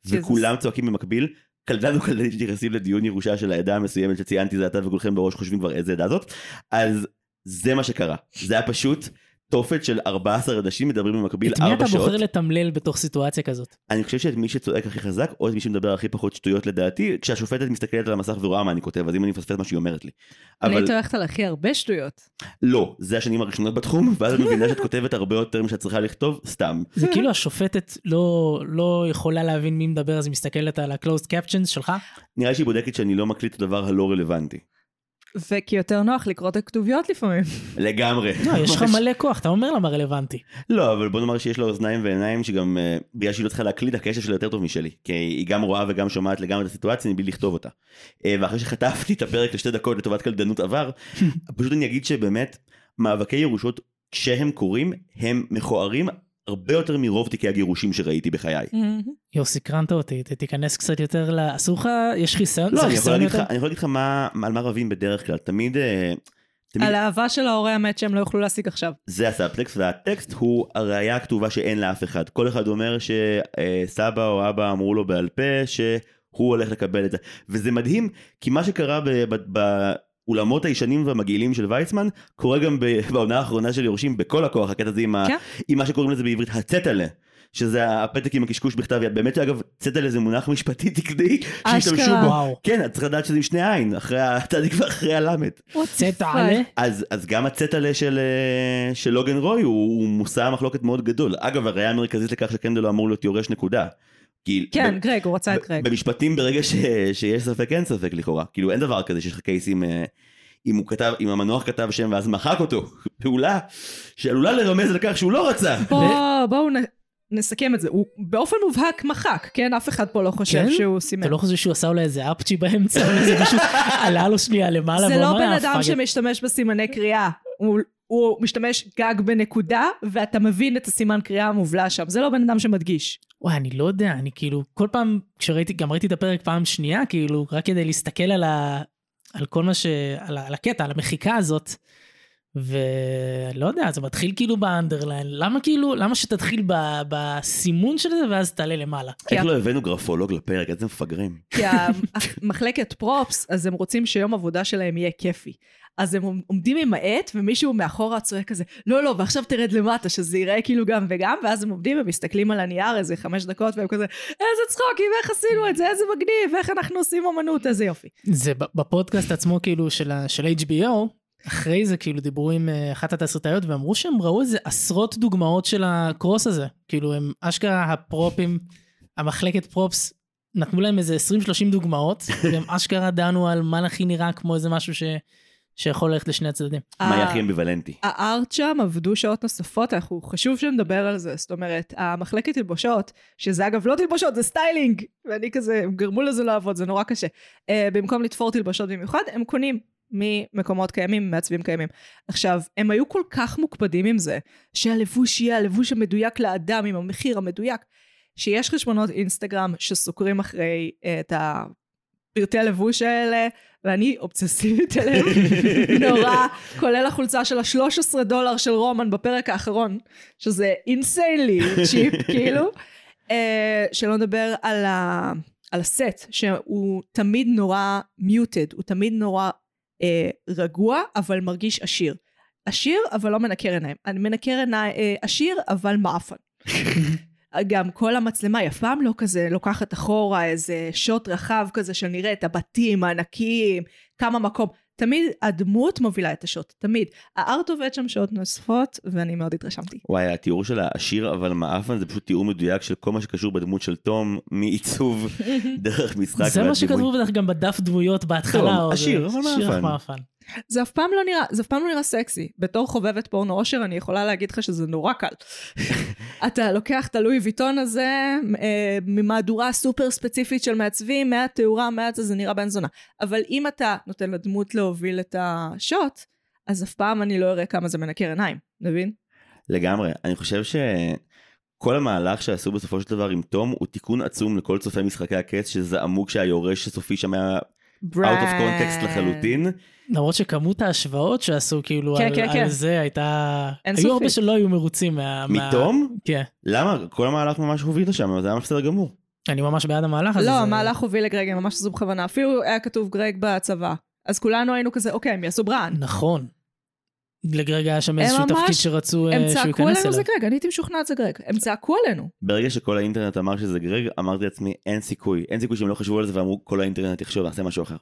שזה- וכולם צועקים במקביל, קלדן וקלדנית שנכנסים לדיון ירושה של העדה המסוימת שציינתי זה אתה וכולכם בראש חושבים כבר איזה עדה זאת, אז זה מה שקרה. זה היה פשוט תופת של 14 עדשים מדברים במקביל את מי 4 אתה כאילו שעות. בוחר לתמלל בתוך סיטואציה כזאת? אני חושב שאת מי שצועק הכי חזק, או את מי שמדבר הכי פחות שטויות לדעתי, כשהשופטת מסתכלת על המסך ורואה מה אני כותב, אז אם אני מפספס מה שהיא אומרת לי. אני אבל הייתי הולכת על הכי הרבה שטויות. לא, זה השנים הראשונות בתחום, *laughs* ואז את מבינה שאת כותבת הרבה יותר משאת צריכה לכתוב, סתם. זה כאילו השופטת לא, לא יכולה להבין מי מדבר, אז היא מסתכלת על ה-closed captions שלך. נראה לי שהיא בודקת שאני לא מקליט את הדבר הלא רלוונטי. וכי יותר נוח לקרוא את הכתוביות לפעמים. לגמרי. לא, יש לך ממש. מלא כוח, אתה אומר לה מה רלוונטי. לא, אבל בוא נאמר שיש לה אוזניים ועיניים שגם, אה, בגלל שהיא לא צריכה להקליד, הקשב שלה יותר טוב משלי. כי היא גם רואה וגם שומעת לגמרי את הסיטואציה מבלי לכתוב אותה. אה, ואחרי שחטפתי את הפרק לשתי דקות לטובת קלדנות *laughs* עבר, פשוט אני אגיד שבאמת, מאבקי ירושות, כשהם קורים, הם מכוערים הרבה יותר מרוב תיקי הגירושים שראיתי בחיי. יוסי, קרנת אותי, ת- תיכנס קצת יותר ל... אסור לך? יש חיסיון? לא, זה אני יכול חיסיון להגיד לך- יותר? אני יכול להגיד לך מה- על מה רבים בדרך כלל. תמיד... אה, תמיד- על האהבה של ההורה המת שהם לא יוכלו להשיג עכשיו. זה הסאבטקסט, והטקסט הוא הראייה הכתובה שאין לאף אחד. כל אחד אומר שסבא או אבא אמרו לו בעל פה שהוא הולך לקבל את זה. וזה מדהים, כי מה שקרה ב- ב- באולמות הישנים והמגעילים של ויצמן, קורה גם ב- *laughs* בעונה האחרונה של יורשים בכל הכוח, הקטע הזה עם, ה- כן. עם מה שקוראים לזה בעברית הצטלה. שזה הפתק עם הקשקוש בכתב יד. באמת, אגב, צטלה זה מונח משפטי תקני שהשתמשו אשכרה. בו. וואו. כן, את צריכה לדעת שזה עם שני עין, אחרי *laughs* הצדיק ואחרי הלמד. צאת עלה? אז, אז גם הצטלה של, אה, של לוגן רוי הוא, הוא מושא מחלוקת מאוד גדול. אגב, הראייה המרכזית לכך שקנדל לא אמור להיות יורש נקודה. כי כן, ב- גרג, הוא רצה את ב- גרג. במשפטים ברגע ש, שיש ספק אין ספק לכאורה. כאילו אין דבר כזה שיש לך קייס עם, אה, אם, הוא כתב, אם המנוח כתב שם ואז מחק אותו. *laughs* פעולה שעלולה לרמז על כך שהוא לא רצה. בוא- בואו נ- נסכם את זה. הוא באופן מובהק מחק, כן? אף אחד פה לא חושב כן? שהוא סימן. אתה לא חושב שהוא עשה אולי איזה אפצ'י באמצע? וזה *laughs* פשוט עלה לו שנייה למעלה זה והוא לא אמר, בן "אה, אדם fuck it." שמשתמש בסימני קריאה. הוא- הוא משתמש גג בנקודה, ואתה מבין את הסימן קריאה המובלע שם. זה לא בן אדם שמדגיש. וואי, אני לא יודע, אני כאילו, כל פעם, כשראיתי, גם ראיתי את הפרק פעם שנייה, כאילו, רק כדי להסתכל על ה... על כל מה ש... על, ה- על הקטע, על המחיקה הזאת, ולא יודע, זה מתחיל כאילו באנדרליין, למה כאילו, למה שתתחיל ב... בסימון של זה ואז תעלה למעלה? איך לא הבאנו גרפולוג לפרק? איזה מפגרים. כי המחלקת פרופס, אז הם רוצים שיום עבודה שלהם יהיה כיפי. אז הם עומדים עם העט, ומישהו מאחורה צועק כזה, לא, לא, ועכשיו תרד למטה, שזה ייראה כאילו גם וגם, ואז הם עומדים ומסתכלים על הנייר איזה חמש דקות, והם כזה, איזה צחוקים, איך עשינו את זה, איזה מגניב, איך אנחנו עושים אומנות, איזה יופי. זה ב- בפודקאסט עצמו כאילו של, ה- של HBO, אחרי זה כאילו דיברו עם אה, אחת התסריטאיות ואמרו שהם ראו איזה עשרות דוגמאות של הקרוס הזה. כאילו הם אשכרה הפרופים, המחלקת פרופס, נתנו להם איזה 20-30 *laughs* דוגמאות, והם אשכרה דנו על מה הכי נראה כמו איזה משהו ש... שיכול ללכת לשני הצדדים. מה ה- הכי אמביוולנטי? הארט שם עבדו שעות נוספות, אנחנו חשוב שנדבר על זה, זאת אומרת, המחלקת תלבושות, שזה אגב לא תלבושות, זה סטיילינג, ואני כזה, הם גרמו לזה לעבוד, זה נורא קשה. Uh, במקום לתפור תלבושות במיוחד, הם קונים ממקומות קיימים, מעצבים קיימים. עכשיו, הם היו כל כך מוקפדים עם זה, שהלבוש יהיה הלבוש המדויק לאדם, עם המחיר המדויק, שיש חשבונות אינסטגרם שסוקרים אחרי אה, את הפרטי הלבוש האלה, ואני אובססיבית עליהם *laughs* נורא, כולל החולצה של ה-13 דולר של רומן בפרק האחרון, שזה אינסיילי צ'יפ, כאילו. אה, שלא נדבר על, ה, על הסט, שהוא תמיד נורא מיוטד, הוא תמיד נורא אה, רגוע, אבל מרגיש עשיר. עשיר, אבל לא מנקר עיניים. אני מנקר עיניים, אה, עשיר, אבל מעפן. גם כל המצלמה היא אף פעם לא כזה לוקחת אחורה איזה שוט רחב כזה של נראה את הבתים הענקיים, כמה מקום. תמיד הדמות מובילה את השוט, תמיד. הארט עובד שם שעות נוספות, ואני מאוד התרשמתי. וואי, התיאור של העשיר אבל מעפן זה פשוט תיאור מדויק של כל מה שקשור בדמות של תום, מעיצוב, דרך משחק ועד זה מה דימוי. שכתבו בטח גם בדף דמויות בהתחלה. טוב, או זה- עשיר, אבל עשיר אך מאפן. מאפן. זה אף פעם לא נראה, זה אף פעם לא נראה סקסי. בתור חובבת פורנו אושר, אני יכולה להגיד לך שזה נורא *laughs* קל. אתה לוקח את הלואי ויטון הזה, אה, ממהדורה סופר ספציפית של מעצבים, מהתאורה, מהזה, זה נראה בן זונה. אבל אם אתה נותן לדמות להוביל את השוט, אז אף פעם אני לא אראה כמה זה מנקר עיניים, מבין? לגמרי. אני חושב שכל המהלך שעשו בסופו של דבר עם תום הוא תיקון עצום לכל צופי משחקי הכס שזעמו כשהיורש הסופי שם היה out of context לחלוטין. למרות שכמות ההשוואות שעשו כאילו כן, על, כן, על כן. זה הייתה... אין היו הרבה סופית. שלא היו מרוצים מה... מה- מתום? כן. למה? כל המהלך ממש הוביל לשם, אבל זה היה בסדר גמור. אני ממש בעד המהלך הזה. לא, המהלך הוביל לגרג, הם ממש עשו בכוונה. אה, אפילו היה כתוב גרג בצבא. אז כולנו היינו כזה, אוקיי, הם יעשו בראן. נכון. לגרג היה שם איזשהו ממש- תפקיד שרצו אה, הם שהוא צעקו ייכנס עלינו אליו. זה גרג, אני הייתי משוכנעת זה גרג. הם צעקו עלינו. ברגע שכל האינטרנט אמר שזה גרג, אמרתי לעצמי, אין סיכוי. אין סיכוי שהם לא חשבו על זה ואמרו, כל האינטרנט יחשוב, נעשה משהו אחר.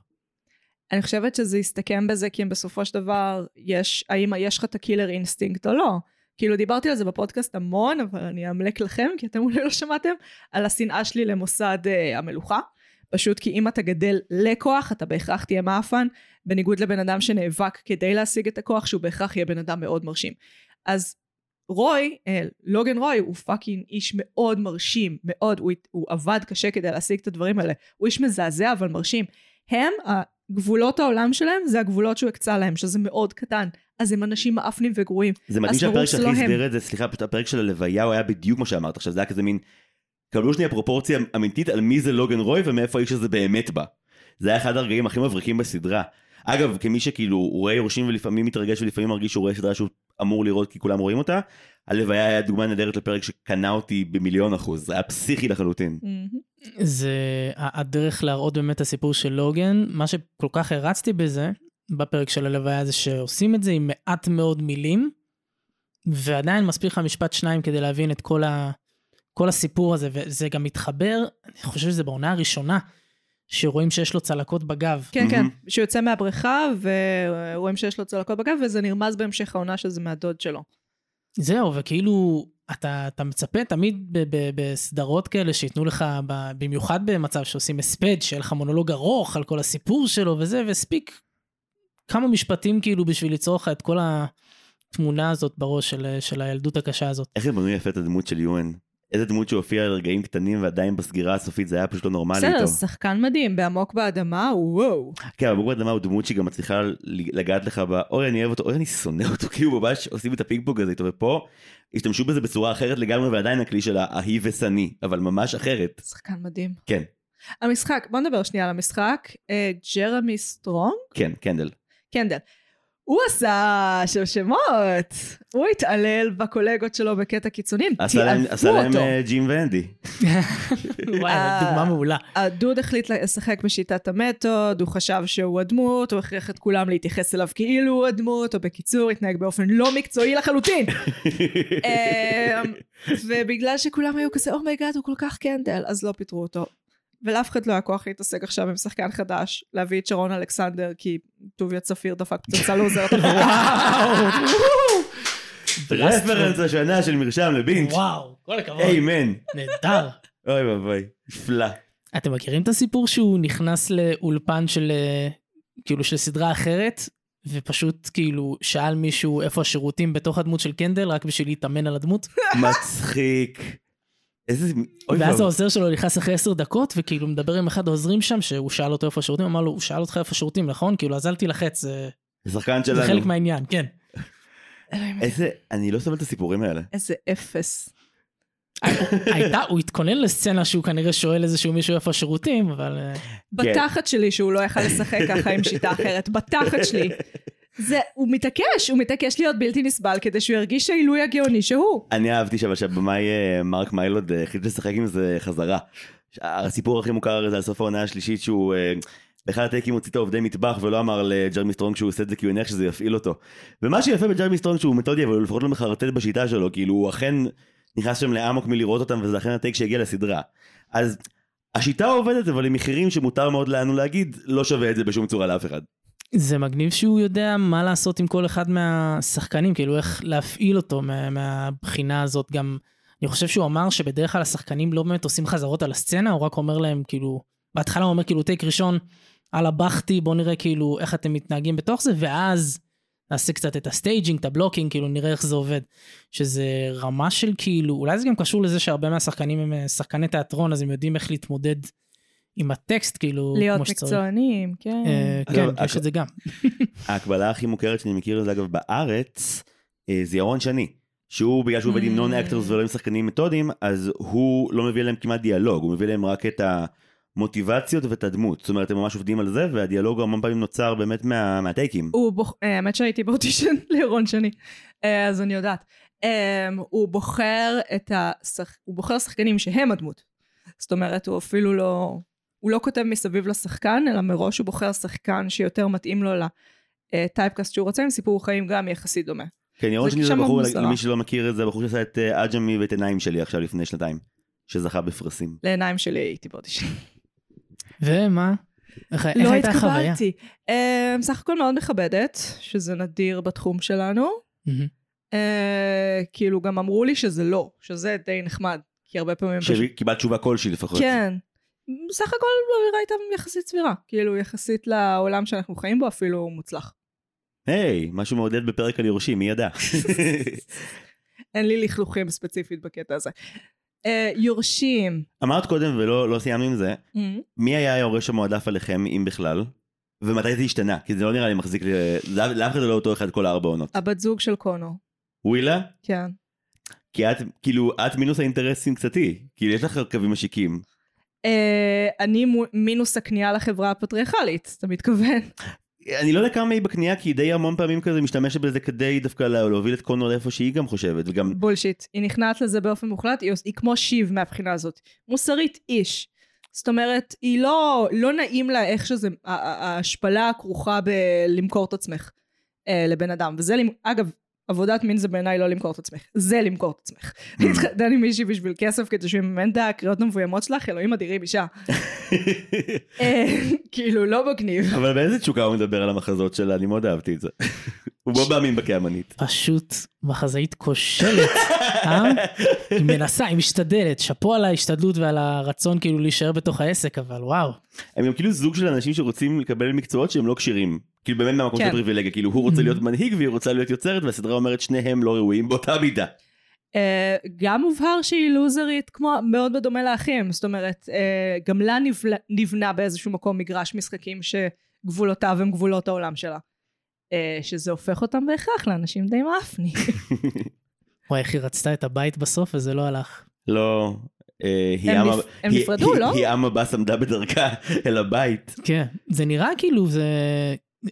אני חושבת שזה יסתכם בזה, כי אם בסופו של דבר, יש, האם יש לך את הקילר אינסטינקט או לא. כאילו דיברתי על זה בפודקאסט המון, אבל אני אמלק לכם, כי אתם אולי לא שמעתם, על השנאה שלי למוסד אה, המלוכה. פשוט כי אם אתה גדל לכוח, אתה בהכרח תהיה מאפן, בניגוד לבן אדם שנאבק כדי להשיג את הכוח, שהוא בהכרח יהיה בן אדם מאוד מרשים. אז רוי, אה, לוגן רוי, הוא פאקינג איש מאוד מרשים, מאוד, הוא, הת- הוא עבד קשה כדי להשיג את הדברים האלה. הוא איש מזעזע אבל מרשים. הם, ה- גבולות העולם שלהם זה הגבולות שהוא הקצה להם, שזה מאוד קטן. אז הם אנשים מאפנים וגרועים. זה מדהים אז ברור שלא שהפרק שהכי הם. הסביר את זה, סליחה, פשוט הפרק של הלוויה, הוא היה בדיוק מה שאמרת עכשיו, זה היה כזה מין, קבלו שנייה פרופורציה אמיתית על מי זה לוגן רוי ומאיפה האיש הזה באמת בא. זה היה אחד הרגעים הכי מבריקים בסדרה. אגב, כמי שכאילו, הוא רואה יורשים ולפעמים מתרגש ולפעמים מרגיש שהוא רואה סדרה שהוא אמור לראות כי כולם רואים אותה, הלוויה היה דוגמה נהדרת לפרק שקנה אותי במיליון אחוז, זה היה פסיכי לחלוטין. זה ה- הדרך להראות באמת את הסיפור של לוגן. מה שכל כך הרצתי בזה, בפרק של הלוויה, זה שעושים את זה עם מעט מאוד מילים, ועדיין מספיק לך משפט שניים כדי להבין את כל, ה... כל הסיפור הזה, וזה גם מתחבר, אני חושב שזה בעונה הראשונה, שרואים שיש לו צלקות בגב. כן, כן, מהמם. שהוא יוצא מהבריכה ורואים שיש לו צלקות בגב, וזה נרמז בהמשך העונה שזה מהדוד שלו. זהו, וכאילו, אתה, אתה מצפה תמיד ב- ב- בסדרות כאלה שייתנו לך, ב- במיוחד במצב שעושים הספד, שיהיה לך מונולוג ארוך על כל הסיפור שלו וזה, והספיק כמה משפטים כאילו בשביל ליצור לך את כל התמונה הזאת בראש של, של הילדות הקשה הזאת. *laughs* איך הם בנו יפה את הדמות של יואן. איזה דמות שהופיעה על רגעים קטנים ועדיין בסגירה הסופית זה היה פשוט לא נורמלי בסדר, איתו. שחקן מדהים, בעמוק באדמה, וואו. כן, אבל בוגר אדמה הוא דמות שגם מצליחה לגעת לך ב... אוי, אני אוהב אותו, אוי, אני שונא אותו, כאילו ממש עושים את הפינג פונג הזה איתו, ופה השתמשו בזה בצורה אחרת לגמרי, ועדיין הכלי של ההיא ושניא, אבל ממש אחרת. שחקן מדהים. כן, המשחק, בוא נדבר שנייה על המשחק. אה, ג'רמי סטרונג? כן, קנדל. קנדל. הוא עשה שם שמות. הוא התעלל בקולגות שלו בקטע קיצוני, הם עשה להם- עשה תיעלבו להם אותו. אה, ג'ים ואנדי. וואי, אה. דוגמה מעולה. הדוד החליט לשחק בשיטת המתוד, הוא חשב שהוא הדמות, הוא הכריח את כולם להתייחס אליו כאילו הוא הדמות, או בקיצור, התנהג באופן לא מקצועי לחלוטין. אמ, ובגלל שכולם היו כזה, אומייגאד, הוא כל כך קנדל, אז לא פיטרו אותו. ולאף אחד לא היה כוח להתעסק עכשיו עם שחקן חדש, להביא את שרון אלכסנדר, כי טוביה צפיר דפק פצצה לא עוזרת. *laughs* *laughs* רפרנס השנה של מרשם לבינץ'. וואו, כל הכבוד. איימן. נהדר. אוי ואבוי. נפלא. אתם מכירים את הסיפור שהוא נכנס לאולפן של אה, כאילו של סדרה אחרת ופשוט כאילו שאל מישהו איפה השירותים בתוך הדמות של קנדל רק בשביל להתאמן על הדמות מצחיק. איזה... אוי ואז ואבוי. העוזר שלו נכנס אחרי עשר דקות וכאילו מדבר עם אחד העוזרים שם שהוא שאל אותו איפה השירותים אמר לו הוא שאל אותך איפה השירותים נכון כאילו אז אל תילחץ זה, שחקן זה חלק שלנו. מהעניין כן. *laughs* איזה... אני לא סובל את הסיפורים האלה. איזה אפס. הייתה הוא התכונן לסצנה שהוא כנראה שואל איזשהו מישהו איפה השירותים אבל אה, בתחת שלי שהוא לא יכל לשחק ככה עם שיטה אחרת, בתחת שלי. זה, הוא מתעקש, הוא מתעקש להיות בלתי נסבל כדי שהוא ירגיש העילוי הגאוני שהוא. אני אהבתי שם שהבמאי אה, מרק מיילוד אה, החליט לשחק עם זה חזרה. הסיפור הכי מוכר זה על סוף העונה השלישית שהוא אה, באחד הטייקים הוציא את העובדי מטבח ולא אמר לג'רמי סטרונג שהוא עושה את זה כי הוא הניח שזה יפעיל אותו. ומה שיפה בג'רמי סטרונג שהוא מתודי אבל הוא לפחות לא מחרטט בשיטה שלו כאילו הוא אכן נכנס שם לאמוק מלראות אותם וזה אכן הטייק שהגיע לסדרה. אז השיטה עובדת אבל עם מחירים שמותר מאוד לנו להגיד לא שווה את זה בשום צורה לאף אחד. זה מגניב שהוא יודע מה לעשות עם כל אחד מהשחקנים, כאילו איך להפעיל אותו מה, מהבחינה הזאת. גם, אני חושב שהוא אמר שבדרך כלל השחקנים לא באמת עושים חזרות על הסצנה, הוא רק אומר להם כאילו, בהתחלה הוא אומר כאילו טייק ראשון, על הבכתי, בואו נראה כאילו איך אתם מתנהגים בתוך זה, ואז נעשה קצת את הסטייג'ינג, את הבלוקינג, כאילו נראה איך זה עובד. שזה רמה של כאילו, אולי זה גם קשור לזה שהרבה מהשחקנים הם אה, שחקני תיאטרון, אז הם יודעים איך להתמודד עם הטקסט, כאילו, להיות כמו שצריך. מקצוענים, כן. אה, אגב, כן, יש אגב- את זה גם. ההקבלה הכי מוכרת שאני מכיר לזה אגב בארץ אה, זה ירון שני שהוא בגלל שהוא עובד Mm. עם נון אקטורס ולא עם שחקנים מתודים אז הוא לא מביא להם כמעט דיאלוג הוא מביא להם רק את המוטיבציות ואת הדמות זאת אומרת הם ממש עובדים על זה והדיאלוג המון פעמים נוצר באמת מה, מהטייקים. הוא בוח... אה, האמת שהייתי באודישן *laughs* לירון שני, אה, אז אני יודעת. אה, הוא בוחר את השח... הוא בוחר שחקנים שהם הדמות. זאת אומרת, הוא אפילו לא... הוא לא כותב מסביב לשחקן, אלא מראש הוא בוחר שחקן שיותר מתאים לו ל... אה, טייפקאסט שהוא רוצה עם סיפור חיים גם יחסית דומה. כן, ירון זה שני זה שם בחור, מוזרה. למי שלא מכיר את זה, בחור שעשה את אה, עג'מי ואת עיניים שלי עכשיו לפני שנתיים, שזכה בפרסים. לעיניים שלי הייתי בעוד אישי. ומה? איך איך לא הייתה החוויה? התקבלתי. אה, סך הכל מאוד מכבדת, שזה נדיר בתחום שלנו. מהמם. אה, כאילו גם אמרו לי שזה לא, שזה די נחמד, כי הרבה פעמים כן, פשוט... שקיבלת תשובה כלשהי לפחות. כן. בסך הכל האווירה הייתה יחסית סבירה, כאילו יחסית לעולם שאנחנו חיים בו אפילו הוא מוצלח. היי, משהו מעודד בפרק על יורשים, מי ידע? *laughs* אין לי לכלוכים ספציפית בקטע הזה. אה, יורשים. אמרת קודם ולא לא סיימנו עם זה, Mm. אמ, מי היה היורש המועדף עליכם, אם בכלל? ומתי זה השתנה? כי זה לא נראה לי מחזיק, ל- לאף לאף אחד זה לא אותו אחד כל הארבע עונות. הבת זוג של קונו. ווילה? כן. כי את, כאילו, את מינוס האינטרסים קצתי. כאילו, יש לך קווים משיקים. אה, אני מו- מינוס הכניעה לחברה הפטריארכלית, אתה מתכוון? אני לא יודע כמה היא בקנייה, כי היא די המון פעמים כזה משתמשת בזה כדי דווקא לה- להוביל את קונור לאיפה שהיא גם חושבת, *laughs* וגם... בולשיט. היא נכנעת לזה באופן מוחלט, היא, עוש- היא כמו שיב מהבחינה הזאת. מוסרית איש. זאת אומרת, היא לא, לא נעים לה איך שזה, ה- ה- ההשפלה הכרוכה בלמכור את עצמך אה, לבן אדם. וזה, למ- אגב, עבודת מין זה בעיניי לא למכור את עצמך. זה למכור את עצמך. *laughs* Mm. להתחתן עם מישהי בשביל כסף כדי שהוא יממן את הקריאות המבוימות שלך, אלוהים אדירים אישה. אה, *laughs* כאילו, לא מגניב. אבל באיזה תשוקה הוא מדבר על המחזות שלה, אני מאוד אהבתי את זה. *laughs* הוא מאוד מאמין בקאמנית. פשוט מחזאית כושלת, אה? היא מנסה, היא משתדלת, שאפו על ההשתדלות ועל הרצון כאילו להישאר בתוך העסק, אבל וואו. הם גם כאילו זוג של אנשים שרוצים לקבל מקצועות שהם לא כשירים. כאילו באמת מהמקום של כן. פריבילגיה, כאילו הוא רוצה להיות מנהיג והיא רוצה להיות יוצרת, והסדרה אומרת שניהם לא ראויים באותה מידה. אה, גם הובהר שהיא לוזרית כמו מאוד בדומה לאחים, זאת אומרת, אה, גם לה נבלה, נבנה באיזשהו מקום מגרש משחקים שגבולותיו הם גבולות העולם שלה. אה, שזה הופך אותם בהכרח לאנשים די מאפנים. וואי, איך היא רצתה את הבית בסוף וזה לא הלך. לא, אה, *laughs* היא הם עם- נפ- הם היא- נפרדו, היא- לא? היא עם הבאס עמדה בדרכה *laughs* אל *laughs* הבית. כן, זה נראה כאילו זה...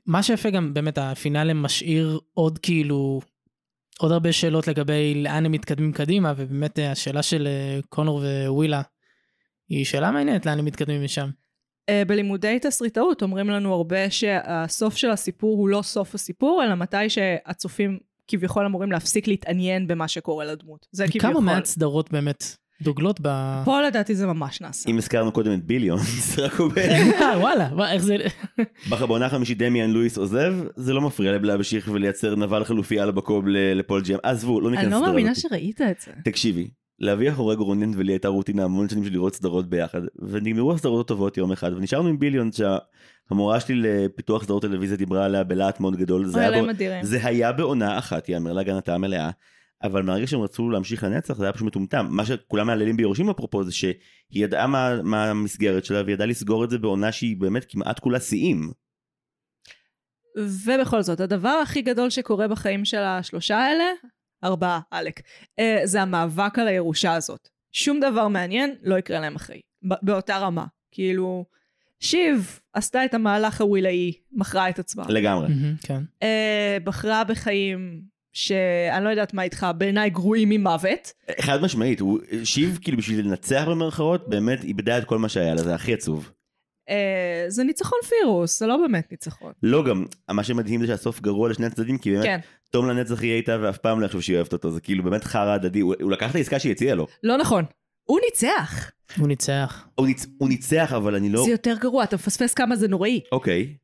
מה שיפה גם באמת הפינאלה משאיר עוד כאילו... עוד הרבה שאלות לגבי לאן הם מתקדמים קדימה, ובאמת אה, השאלה של אה, קונור ווילה היא שאלה מעניינת לאן הם מתקדמים משם. אה, בלימודי תסריטאות אומרים לנו הרבה שהסוף של הסיפור הוא לא סוף הסיפור, אלא מתי שהצופים כביכול אמורים להפסיק להתעניין במה שקורה לדמות. זה כביכול. כמה מעט סדרות באמת דוגלות ב... פה לדעתי זה ממש נעשה. אם הזכרנו קודם את ביליון, *laughs* זה רק אומר. אה, וואלה, מה, איך זה... בח- בעונה החמישית דמיאן לואיס עוזב, זה לא מפריע להם להמשיך ולייצר נבל חלופי על הבקוב ל- לפול ג'ם. עזבו, לא ניכנס אני לסדרה לא הזאת. מאמינה שראית את זה. תקשיבי, לאבי החורג רונן ולי הייתה רוטינה המון שנים של לראות סדרות ביחד, ונגמרו הסדרות הטובות יום אחד, ונשארנו עם ביליון שהמורה שלי לפיתוח סדרות טלוויזיה דיברה עליה בלהט מאוד גדול. זה היה אלוהים בא- אדירים. זה היה בעונה אחת, יאמר להגנתה המלאה, אבל מהרגע שהם רצו להמשיך לנצח זה היה פשוט מטומטם. מה שכולם מהללים ביורשים אפרופו זה שהיא ידעה מה, מה המסגרת שלה והיא ידעה לסגור את זה בעונה שהיא באמת כמעט כולה שיאים. ובכל זאת, הדבר הכי גדול שקורה בחיים של השלושה האלה, ארבעה, עלק, אה, זה המאבק על הירושה הזאת. שום דבר מעניין לא יקרה להם אחרי, ב- באותה רמה. כאילו, שיב עשתה את המהלך הווילאי, מכרה את עצמה. לגמרי. מהמם, כן. אה, בחרה בחיים שאני לא יודעת מה איתך, בעיניי גרועים ממוות. חד משמעית, הוא, שיב כאילו בשביל לנצח במרכאות, באמת איבדה את כל מה שהיה לה, זה הכי עצוב. אה, זה ניצחון פירוס, זה לא באמת ניצחון. לא גם, מה שמדהים זה שהסוף גרוע לשני הצדדים, כי באמת, כן. תום לנצח יהיה איתה ואף פעם לא יחשוב שהיא אוהבת אותו, זה כאילו באמת חרא הדדי, הוא, הוא לקח את העסקה שהיא הציעה לו. לא נכון. הוא ניצח. הוא ניצח. הוא, ניצ, הוא ניצח, אבל אני לא... זה יותר גרוע, אתה מפספס כמה זה נוראי. אוקיי.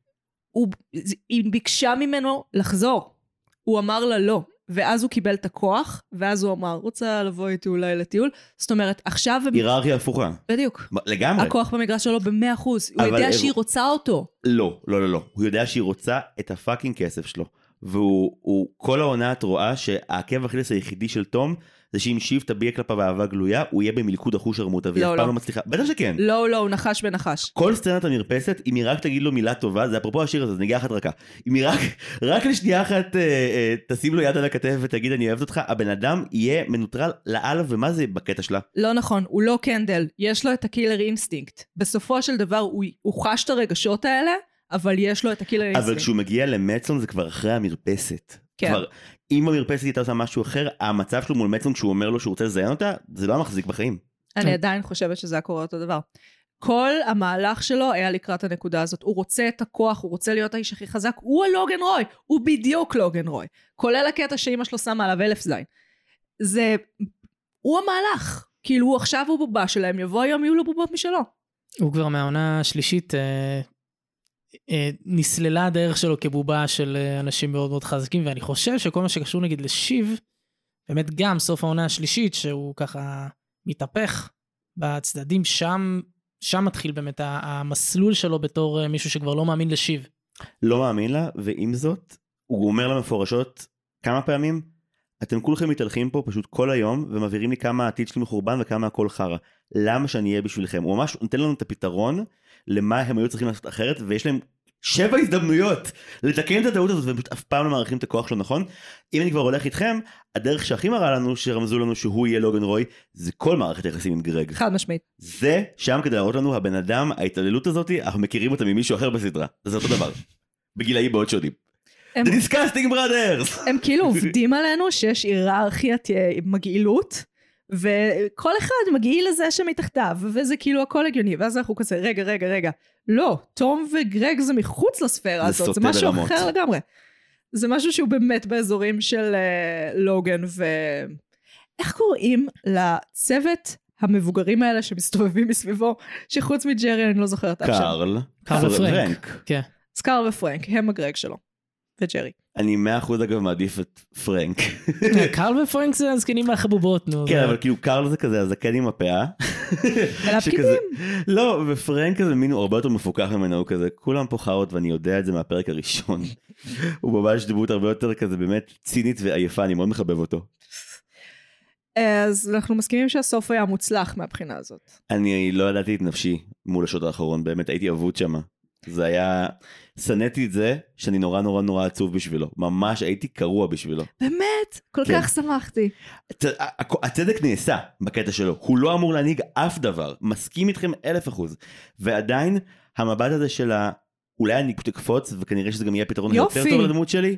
הוא, זה- היא ביקשה ממנו לחזור. הוא אמר לה לא. ואז הוא קיבל את הכוח, ואז הוא אמר, רוצה לבוא איתי אולי לטיול? זאת אומרת, עכשיו... הם- היררכיה הפוכה. בדיוק. מה, לגמרי. הכוח במגרש שלו במאה אחוז. הוא אבל יודע הם- שהיא רוצה אותו. לא, לא, לא, לא. הוא יודע שהיא רוצה את הפאקינג כסף שלו. והוא, הוא, כל העונה את רואה שהעקב אכילס היחידי של תום, זה שאם שיב תביע כלפיו אהבה גלויה, הוא יהיה במלכוד אחוש ערמוטה, והיא לא, אף פעם לא. לא מצליחה. בטח שכן. לא, לא, הוא נחש בנחש. כל סצנת המרפסת, אם היא רק תגיד לו מילה טובה, זה אפרופו השיר הזה, זה נגיעה אחת רכה. אם היא רק, רק לשנייה אחת אה, אה, תשים לו יד על הכתף ותגיד אני אוהבת אותך, הבן אדם יהיה מנוטרל לאללה, ומה זה בקטע שלה? לא נכון, הוא לא קנדל. יש לו את הקילר אינסטינקט. בסופו של דבר, הוא, הוא חש את הרגשות האלה, אבל יש לו את הקילר אינסטינקט. אבל כשהוא מגיע למצון זה כבר אחרי המרפסת. כן. כבר, אם המרפסת הייתה עושה משהו אחר, המצב שלו מול מצון כשהוא אומר לו שהוא רוצה לזיין אותה, זה לא המחזיק בחיים. אני עדיין חושבת שזה היה קורה אותו דבר. כל המהלך שלו היה לקראת הנקודה הזאת. הוא רוצה את הכוח, הוא רוצה להיות האיש הכי חזק, הוא הלוגן רוי, הוא בדיוק לוגן רוי. כולל הקטע שאימא שלו שמה עליו אלף זין. זה... הוא המהלך. כאילו הוא עכשיו הוא בובה שלהם, יבוא היום יהיו לו בובות משלו. הוא כבר מהעונה השלישית אה, אה, נסללה הדרך שלו כבובה של אה, אנשים מאוד מאוד חזקים, ואני חושב שכל מה שקשור נגיד לשיב, באמת גם סוף העונה השלישית, שהוא ככה מתהפך בצדדים, שם, שם מתחיל באמת ה- המסלול שלו בתור אה, מישהו שכבר לא מאמין לשיב. לא מאמין לה, ועם זאת, הוא אומר לה מפורשות כמה פעמים, אתם כולכם מתהלכים פה פשוט כל היום, ומבהירים לי כמה העתיד שלי מחורבן וכמה הכל חרא. למה שאני אהיה בשבילכם? הוא ממש נותן לנו את הפתרון למה הם היו צריכים לעשות אחרת, ויש להם שבע הזדמנויות לתקן את הטעות הזאת, והם פשוט אף פעם לא מעריכים את הכוח שלו נכון. אם אני כבר הולך איתכם, הדרך שהכי מראה לנו, שרמזו לנו שהוא יהיה לוגן רוי, זה כל מערכת היחסים עם גרג. חד משמעית. זה שם כדי להראות לנו הבן אדם, ההתעללות הזאת, אנחנו מכירים אותה ממישהו אחר בסדרה. זה אותו דבר. בגילאים מאוד שונים. הם- The disgusting brothers! הם כאילו עובדים עלינו שיש היררכיית אה, מגעילות, וכל אחד מגעיל לזה שמתחתיו, וזה כאילו הכל הגיוני, ואז אנחנו כזה, רגע, רגע, רגע. לא, תום וגרג זה מחוץ לספירה זה הזאת, זה סוטה משהו ברמות. אחר לגמרי. זה משהו שהוא באמת באזורים של אה, לוגן ו... איך קוראים לצוות המבוגרים האלה שמסתובבים מסביבו, שחוץ מג'רי אני לא זוכרת אף שם. קארל. קארל ופרנק. כן. סקאר ופרנק, הם הגרג שלו. וג'רי. אני מאה אחוז אגב מעדיף את *laughs* פרנק. קרל ופרנק זה הזקנים מהחבובות, נו. כן, זה- אבל כאילו קארל זה כזה הזקן *laughs* עם הפאה. אלה הפקידים. שכזה- לא, ופרנק כזה מין הוא הרבה יותר מפוקח ממנו, הוא כזה, כולם פה חארות ואני יודע את זה מהפרק הראשון. *laughs* הוא ממש דמות הרבה יותר כזה באמת צינית ועייפה, אני מאוד מחבב אותו. אז אנחנו מסכימים שהסוף היה מוצלח מהבחינה הזאת. אני לא ידעתי את נפשי מול השוט האחרון, באמת הייתי אבוד שם. זה היה, שנאתי את זה שאני נורא נורא נורא עצוב בשבילו, ממש הייתי קרוע בשבילו. באמת? כל כן. כך שמחתי. הצ- הכ- הצדק נעשה בקטע שלו, הוא לא אמור להנהיג אף דבר, מסכים איתכם אלף אחוז. ועדיין, המבט הזה של ה... אולי אני אקפוץ, וכנראה שזה גם יהיה הפתרון היותר יופי. טוב לדמות שלי.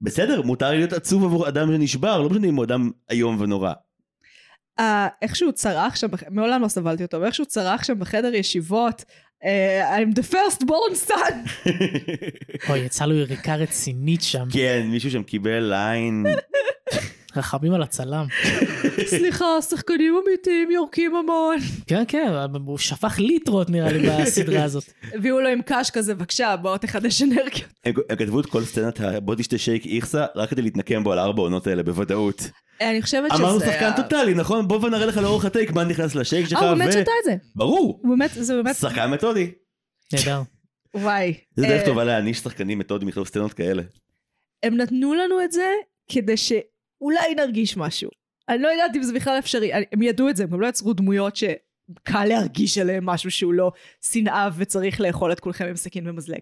בסדר, מותר לי להיות עצוב עבור אדם שנשבר, לא משנה אם הוא אדם איום ונורא. *laughs* אה, איך שהוא צרח שם, בח- מעולם לא סבלתי אותו, אבל איך שהוא צרח שם בחדר ישיבות, אה, I'm the first born *laughs* son. אוי, יצא לו יריקה רצינית שם. כן, מישהו שם קיבל ליין, רחמים על הצלם. סליחה, שחקנים אמיתיים יורקים המון. כן, כן, אבל הוא שפך ליטרות נראה לי בסדרה *laughs* הזאת. הביאו לו לא עם קש כזה, בבקשה, בוא תחדש אנרגיות. הם הם כתבו את כל סצנת ה- בוא תשתה שייק איכסה רק כדי להתנקם בו על ארבע עונות האלה בוודאות. אה, אני חושבת שזה... אמרנו שחקן ה- טוטאלי נכון? בוא ונראה לך לאורך הטייק מה נכנס לשייק שלך אה, הוא ו... באמת שתה את זה. ברור. הוא באמת, זה באמת... שחקן מתודי. נהדר. וואי. זה אה, דרך טובה להעניש שחקנים מתודים לכתוב סצנות כאלה. הם נתנו לנו את זה כדי שאולי נרגיש משהו. אני לא יודעת אם זה בכלל אפשרי. אני- הם ידעו את זה, הם גם לא יצרו דמויות שקל להרגיש עליהם משהו שהוא לא שנאה וצריך לאכול את כולכם עם סכין ומזלג.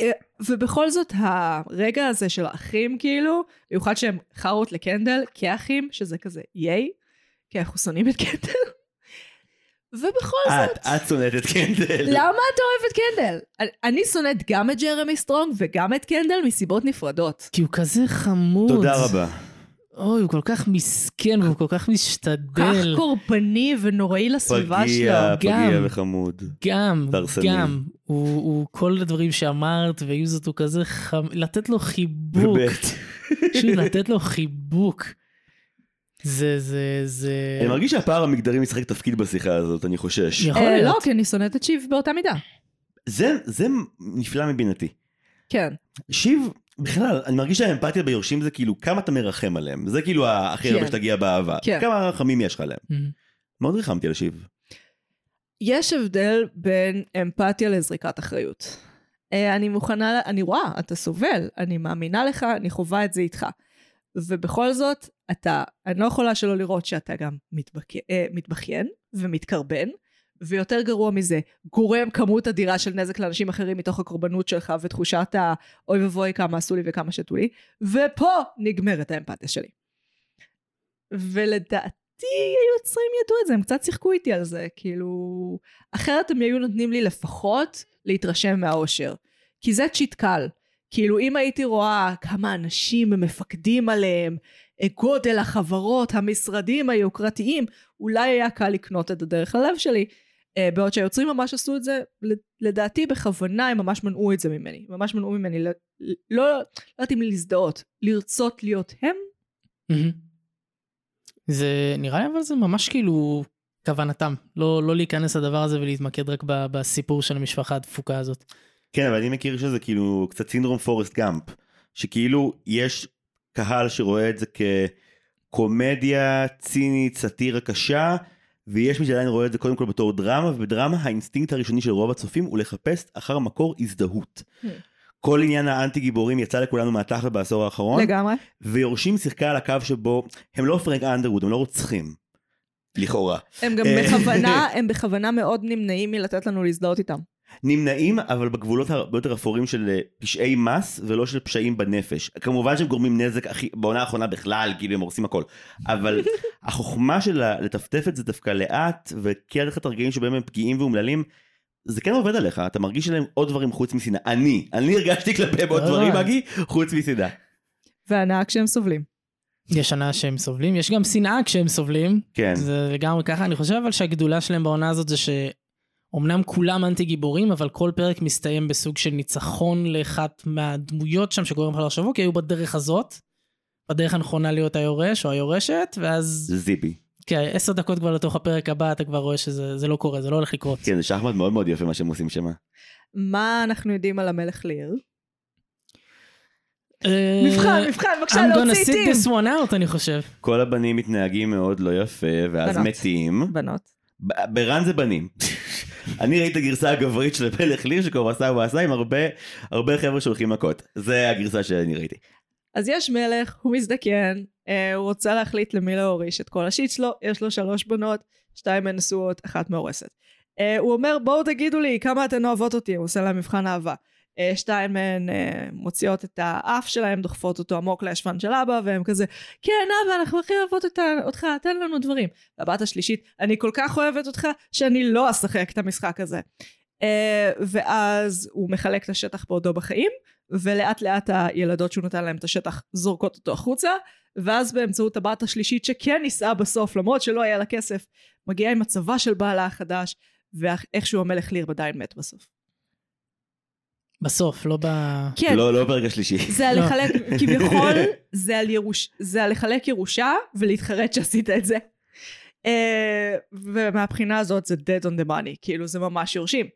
אה, ובכל זאת, הרגע הזה של האחים כאילו, במיוחד שהם חארות לקנדל, כאחים, שזה כזה ייי, כי אנחנו שונאים את קנדל. ובכל את, זאת... את שונאת את קנדל. למה אתה אוהב את קנדל? אני- אני שונאת גם את ג'רמי סטרונג וגם את קנדל מסיבות נפרדות. כי הוא כזה חמוד. תודה רבה. אוי, הוא כל כך מסכן והוא כל כך כך משתדל. קורבני ונוראי לסביבה שלו. כן. פגיע, פגיע גם. וחמוד. גם, דרסני. גם. הוא, הוא כל הדברים שאמרת, והיו זאת, הוא כזה חמ... לתת לו חיבוק. באמת. פשוט לתת לו חיבוק. זה, זה, זה... אני מרגיש שהפער המגדרי משחק תפקיד בשיחה הזאת, אני חושש. יכול אה, לא, להיות. כי אני שונאת את שיב באותה מידה. זה- זה נפלא מבינתי. כן. שיב, בכלל, אני מרגיש שהאמפתיה ביורשים זה כאילו כמה אתה מרחם עליהם. זה כאילו הכי הרבה כן. שתגיע באהבה. כן. כמה רחמים יש לך עליהם. מ- מאוד ריחמתי על שיב. יש הבדל בין אמפתיה לזריקת אחריות. אה, אני מוכנה, אני רואה, אתה סובל, אני מאמינה לך, אני חווה את זה איתך. ובכל זאת, אתה, אני לא יכולה שלא לראות שאתה גם מתבכ... אה, מתבכיין ומתקרבן, ויותר גרוע מזה, גורם כמות אדירה של נזק לאנשים אחרים מתוך הקורבנות שלך ותחושת ה... אוי ואבוי כמה עשו לי וכמה שתו לי, ופה נגמרת האמפתיה שלי. ולדעתי היוצרים ידעו את זה, הם קצת שיחקו איתי על זה, כאילו... אחרת הם היו נותנים לי לפחות להתרשם מהאושר. כי זה צ'יט קל. כאילו אם הייתי רואה כמה אנשים הם מפקדים עליהם, גודל החברות, המשרדים היוקרתיים, אולי היה קל לקנות את הדרך ללב שלי. אה, בעוד שהיוצרים ממש עשו את זה, לדעתי בכוונה הם ממש מנעו את זה ממני. ממש מנעו ממני, ל- ל- לא, לא יודעת אם להזדהות, לרצות להיות הם. מהמם. זה נראה לי אבל זה ממש כאילו כוונתם, לא, לא להיכנס לדבר הזה ולהתמקד רק ב, בסיפור של המשפחה הדפוקה הזאת. כן, אבל אני מכיר שזה כאילו קצת סינדרום פורסט גאמפ, שכאילו יש קהל שרואה את זה כקומדיה צינית, סאטירה קשה, ויש מי שעדיין רואה את זה קודם כל בתור דרמה, ובדרמה האינסטינקט הראשוני של רוב הצופים הוא לחפש אחר מקור הזדהות. Hmm. כל עניין האנטי גיבורים יצא לכולנו מהתחת בעשור האחרון, לגמרי. ויורשים שיחקה על הקו שבו הם לא פרנק אנדרווד, הם לא רוצחים. לכאורה. הם גם אה. בכוונה, הם בכוונה מאוד נמנעים מלתת לנו להזדהות איתם. נמנעים אבל בגבולות הרבה יותר אפורים של אה, פשעי מס ולא של פשעים בנפש. כמובן שהם גורמים נזק הכי, בעונה האחרונה בכלל, כאילו הם הורסים הכל. *laughs* אבל החוכמה של ה- לטפטף את זה דווקא לאט, וכן לך את הרגעים שבהם הם פגיעים ואומללים, זה כן עובד עליך, אתה מרגיש עליהם עוד דברים חוץ משנאה. אני, אני הרגשתי כלפיהם עוד אה. דברים, מגי, חוץ משנאה. והנאה כשהם סובלים. יש הנאה שהם סובלים, יש גם שנאה כשהם סובלים, כן. זה לגמרי ככה, אני חושב אבל שהגדולה שלהם בעונה הזאת זה שאומנם כולם אנטי גיבורים, אבל כל פרק מסתיים בסוג של ניצחון לאחת מהדמויות שם שקוראים לך לחשבו, כי היו בדרך הזאת, בדרך הנכונה להיות היורש או היורשת, ואז זה זיפי. כן, עשר דקות כבר לתוך הפרק הבא אתה כבר רואה שזה זה לא קורה, זה לא הולך לקרות. כן, זה שחמט מאוד מאוד יפה מה שהם עושים שם. מה אנחנו יודעים על המלך ליר? אה, מבחן, מבחן, בבקשה I'm gonna להוציא sit עיתים. this one out אני חושב. כל הבנים מתנהגים מאוד לא יפה, ואז בנות. מתים. בנות. ב- ברן זה בנים. *laughs* אני ראיתי את הגרסה הגברית של פלך ליר שקורא סבא עשה עם הרבה הרבה חבר'ה שהולכים מכות. זה הגרסה שאני ראיתי. אז יש מלך, הוא מזדקן, אה, הוא רוצה להחליט למי להוריש את כל השיט שלו, יש לו שלוש בנות, שתיים הן נשואות, אחת מאורסת. אה, הוא אומר, בואו תגידו לי כמה אתן אוהבות אותי, הוא עושה להם מבחן אהבה. אה, שתיים מהן אה, מוציאות את האף שלהם, דוחפות אותו עמוק לישבן של אבא, והם כזה, כן אבא, אנחנו הכי אוהבות אותה- אותך, תן לנו דברים. והבת השלישית, אני כל כך אוהבת אותך, שאני לא אשחק את המשחק הזה. אה, ואז הוא מחלק את השטח בעודו בחיים, ולאט לאט הילדות שהוא נתן להם את השטח זורקות אותו החוצה, ואז באמצעות הבת השלישית שכן נישאה בסוף, למרות שלא היה לה כסף, מגיעה עם הצבא של בעלה החדש, ואיכשהו המלך ליר עדיין מת בסוף. בסוף, לא ב... כן, לא לא בפרק השלישי. *laughs* זה על לא. לחלק, כביכול, זה על, ירוש, זה על לחלק ירושה ולהתחרט שעשית את זה. אה, ומהבחינה הזאת זה dead on the money, כאילו זה ממש יורשים.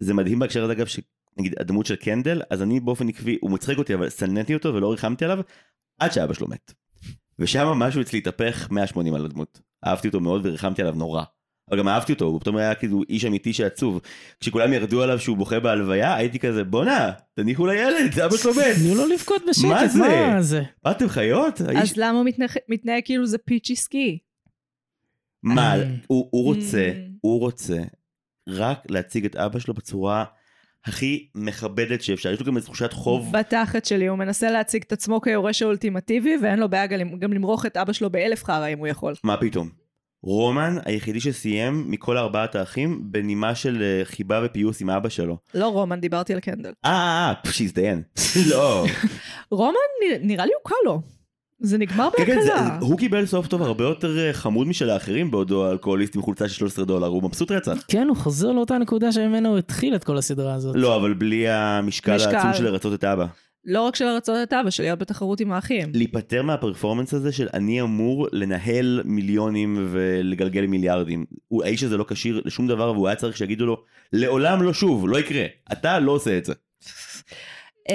זה מדהים בהקשר הזה אגב שנגיד הדמות של קנדל אז אני באופן עקבי הוא מצחיק אותי אבל שנאתי אותו ולא ריחמתי עליו עד שאבא שלו מת. ושם משהו אצלי התהפך 180 על הדמות. אהבתי אותו מאוד וריחמתי עליו נורא. אבל גם אהבתי אותו הוא פתאום היה כאילו איש אמיתי שעצוב. כשכולם ירדו עליו שהוא בוכה בהלוויה הייתי כזה בואנה תניחו לילד אבא שלו תנו מת. לו לבכות בשקט, מה זה? מה זה? מה אתם חיות? האיש- אז למה הוא מתנהג, מתנהג כאילו זה פיצ'י סקי? מה, אה. הוא, הוא רוצה, Mm. הוא רוצה רק להציג את אבא שלו בצורה הכי מכבדת שאפשר. יש לו גם איזו תחושת חוב. בתחת שלי, הוא מנסה להציג את עצמו כיורש האולטימטיבי, ואין לו בעיה גם- גם למרוח את אבא שלו באלף חרא אם הוא יכול. מה פתאום? רומן היחידי שסיים מכל ארבעת האחים בנימה של אה, חיבה ופיוס עם אבא שלו. לא רומן, דיברתי על קנדל. אה, אה, אה, פש, שהזדיין. *laughs* לא. רומן, נ- נראה לי הוקע לו. זה נגמר כן, כן, זה- בהקלה. הוא קיבל סוף טוב הרבה יותר אה, חמוד משל האחרים בעודו אלכוהוליסט עם חולצה של 13 דולר, הוא מבסוט רצח. כן, הוא חוזר לאותה נקודה שממנה הוא התחיל את כל הסדרה הזאת. לא, אבל בלי המשקל משקל. העצום של לרצות את אבא. לא רק של הרצות את אבא, של להיות בתחרות עם האחים. להיפטר מהפרפורמנס הזה של אני אמור לנהל מיליונים ולגלגל מיליארדים. הוא, האיש הזה לא כשיר לשום דבר והוא היה צריך שיגידו לו לעולם לא שוב, לא יקרה, אתה לא עושה את זה.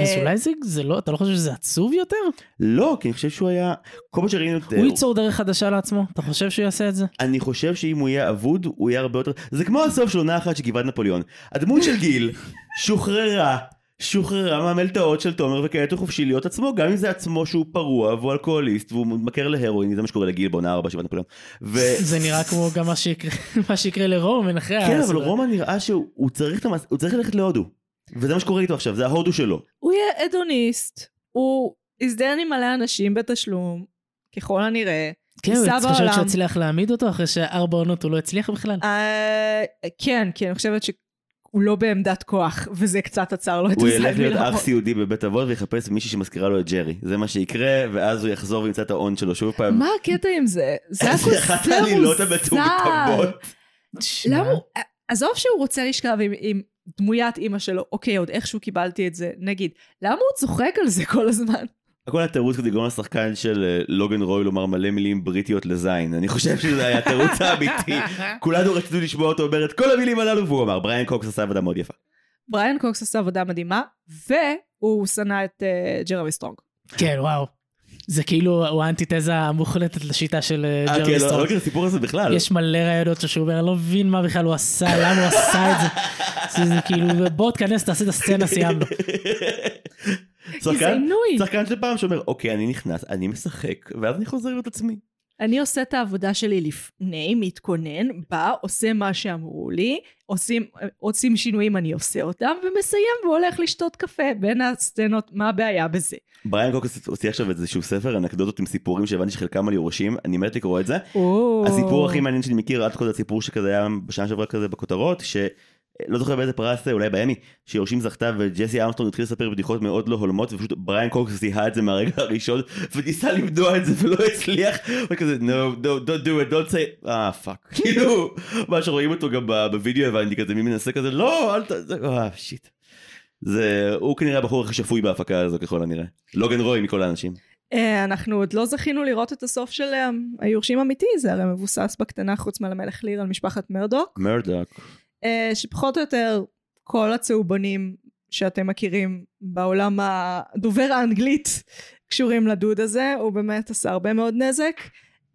אז אה, אולי זה, זה לא, אתה לא חושב שזה עצוב יותר? לא, כי אני חושב שהוא היה, כל פעם שראינו את... הוא ייצור דרך חדשה לעצמו, אתה חושב שהוא יעשה את זה? אני חושב שאם הוא יהיה אבוד, הוא יהיה הרבה יותר... זה כמו הסוף של עונה אחת של גבעת נפוליאון. הדמות של גיל שוחררה, שוחררה מהמלתעות של תומר, וכעת הוא חופשי להיות עצמו, גם אם זה עצמו שהוא פרוע והוא אלכוהוליסט והוא מתמכר להרואין, זה מה שקורה לגיל בעונה 4 של גבעת נפוליאון. ו- זה נראה כמו גם מה שיקרה, *laughs* מה שיקרה לרומן אחרי כן, אבל הסדרה. רומא נראה שהוא הוא צריך, את המס... הוא צריך ללכת להודו. וזה מה שקורה איתו עכשיו, זה ההודו שלו. הוא יהיה אדוניסט, הוא הזדיין עם מלא אנשים בתשלום, ככל הנראה. כן, הוא ניסה את חושבת שהוא בעולם. הצליח להעמיד אותו אחרי שארבע עונות הוא לא הצליח בכלל? אה, כן, כי אני חושבת שהוא לא בעמדת כוח, וזה קצת עצר לו את הוא הזין ילך להיות מלעמוד. אב סיעודי בבית אבות ויחפש מישהי שמזכירה לו את ג'רי. זה מה שיקרה, ואז הוא יחזור וימצא את ההון שלו שוב פעם. *laughs* מה הקטע עם זה? זה היה איזה אחת כוס העלילות מוזר. המטומטמות. תשמע, למה? אה, עזוב שהוא רוצה לשכב עם, עם דמוית אימא שלו, אוקיי, עוד איכשהו קיבלתי את זה, נגיד, למה הוא צוחק על זה כל הזמן? *laughs* הכל היה תירוץ כדי לגרום לשחקן של אה, לוגן רוי לומר מלא מילים בריטיות לזין. אני חושב שזה היה *laughs* התירוץ האמיתי. כולנו רצינו לשמוע אותו אומר את כל המילים הללו, והוא אמר, בריאן קוקס עשה עבודה מאוד יפה. בריאן קוקס עשה עבודה מדהימה, והוא שנא את uh, ג'רמי סטרונג. כן, וואו. זה כאילו, הוא האנטיתזה המוחלטת לשיטה של אה, אה, ג'רמי כן, לא- לא סטרונג. מכיר את הסיפור הזה בכלל. יש מלא רעיונות שלו שהוא אומר, אני לא מבין מה בכלל הוא עשה, למה הוא עשה את זה. זה, זה כאילו, בוא תכנס, תעשה את הסצנה, סיימנו. כי זה *laughs* שחקן- עינוי. שחקן של פעם שאומר, אוקיי, אני נכנס, אני משחק, ואז אני חוזר להיות עצמי. אני עושה את העבודה שלי לפני, מתכונן, בא, עושה מה שאמרו לי, עושים, אה, עושים שינויים, אני עושה אותם, ומסיים והולך לשתות קפה בין הסצנות, מה הבעיה בזה? בריאן קוקס הוציא עכשיו איזשהו ספר אנקדוטות עם סיפורים שהבנתי שחלקם על יורשים, אני מת לקרוא את זה. הסיפור הכי מעניין שאני מכיר עד כה זה הסיפור שכזה היה בשנה שעברה כזה בכותרות, שלא זוכר באיזה פרס, אולי באמי, שיורשים זכתה וג'סי אמסטרון התחיל לספר בדיחות מאוד לא הולמות, ופשוט בריאן קוקס זיהה את זה מהרגע הראשון, וניסה למנוע את זה ולא הצליח, הוא כזה no, no, don't do it, don't say, אה פאק, *laughs* כאילו, מה שרואים אותו גם ב- בווידאו הבנתי כזה, מי מנסה כזה, לא, אל ת... זה- אה שיט. זה, הוא כנראה הבחור הכי שפוי בהפקה הזו ככל הנראה. לוגן רוי מכל האנשים. אה, אנחנו עוד לא זכינו לראות את הסוף של אה, היורשים אמיתי, זה הרי מבוסס בקטנה חוץ מעל המלך ליר על משפחת מרדוק, מרדוק. אה, שפחות או יותר כל הצהובונים שאתם מכירים בעולם הדובר האנגלית קשורים לדוד הזה, הוא באמת עשה הרבה מאוד נזק.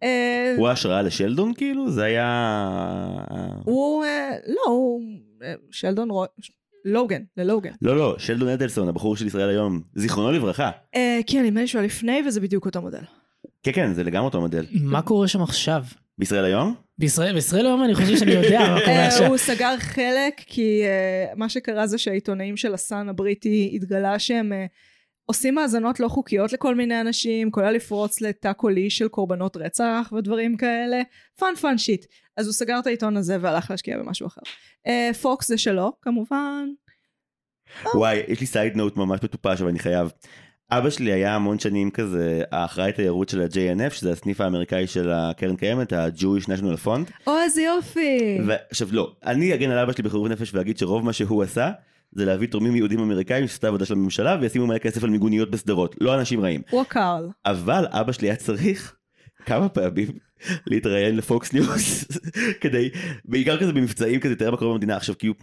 אה, הוא ההשראה לשלדון כאילו? זה היה... הוא, אה, לא, הוא אה, שלדון רוי, לוגן, ללוגן. לא, לא, שלדון אדלסון, הבחור של ישראל היום, זיכרונו לברכה. אה, כן, נדמה לי שהוא היה לפני וזה בדיוק אותו מודל. כן, כן, זה לגמרי אותו מודל. מה קורה שם עכשיו? בישראל היום? בישראל, בישראל היום אני חושב שאני יודע *laughs* מה קורה אה, עכשיו. הוא סגר חלק כי אה, מה שקרה זה שהעיתונאים של הסאן הבריטי התגלה שהם אה, עושים האזנות לא חוקיות לכל מיני אנשים, כולל לפרוץ לתא קולי של קורבנות רצח ודברים כאלה. פאן פאן שיט. אז הוא סגר את העיתון הזה והלך להשקיע במשהו אחר. אה, פוקס זה שלו, כמובן. וואי, יש לי סייד נוט ממש מטופש, אבל אני חייב. אבא שלי היה המון שנים כזה, האחראי תיירות של ה-JNF, שזה הסניף האמריקאי של הקרן קיימת, ה-Jewish National Fund. או, איזה יופי. ועכשיו לא, אני אגן על אבא שלי בחירוף נפש ואגיד שרוב מה שהוא עשה זה להביא תורמים יהודים אמריקאים שעשו את העבודה של הממשלה וישימו מלא כסף על מיגוניות בסדרות, לא אנשים רעים. הוא הקהל. אבל אבא שלי היה צריך כמה פעמים להתראיין לפוקס ניוז *laughs* כדי, בעיקר כזה במבצעים כזה, תראה מה קורה במדינה עכשיו כאילו.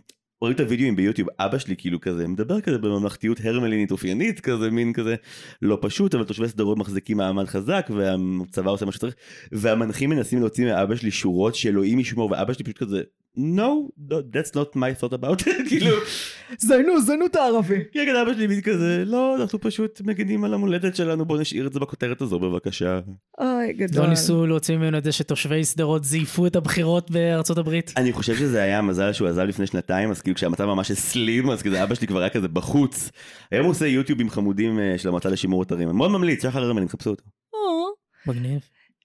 רואים את הוידאוים ביוטיוב, אבא שלי כאילו כזה מדבר כזה בממלכתיות הרמלינית אופיינית, כזה מין כזה לא פשוט, אבל תושבי סדרות מחזיקים מעמד חזק, והצבא עושה מה שצריך, והמנחים מנסים להוציא מאבא שלי שורות שאלוהים ישמור, ואבא שלי פשוט כזה, no, no, that's not my thought about *laughs* it, כאילו, זיינו, זיינו את הערבים. כן, כן, אבא שלי מין כזה, לא, אנחנו פשוט מגנים על המולדת שלנו, בוא נשאיר את זה בכותרת הזו בבקשה. אוי, גדול. לא ניסו להוציא ממנו את זה שתושבי שדרות זייפו את הבחירות בארצות הברית. אני חושב שזה היה מזל שהוא עזב לפני שנתיים, אז כאילו כשהמצב ממש הסלים, אז כזה אבא שלי כבר היה כזה בחוץ. היום הוא עושה יוטיובים חמודים אה, של המועצה לשימור אתרים. אני מאוד ממליץ, שחר הרמן, תחפשו אותו. או. מגניב.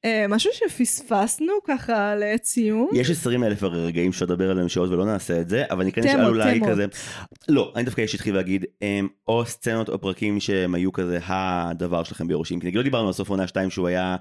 אה, משהו שפספסנו ככה לסיום. יש 20 אלף רגעים שאפשר לדבר עליהם שעות ולא נעשה את זה, אבל אני כן אשאל תמות, אולי תמות. כזה... לא, אני דווקא אישית אתחיל ואגיד, הם או סצנות או פרקים שהם היו כזה הדבר שלכם ביורשים. כי נגיד לא דיברנו על סוף עונה 2 שהוא היה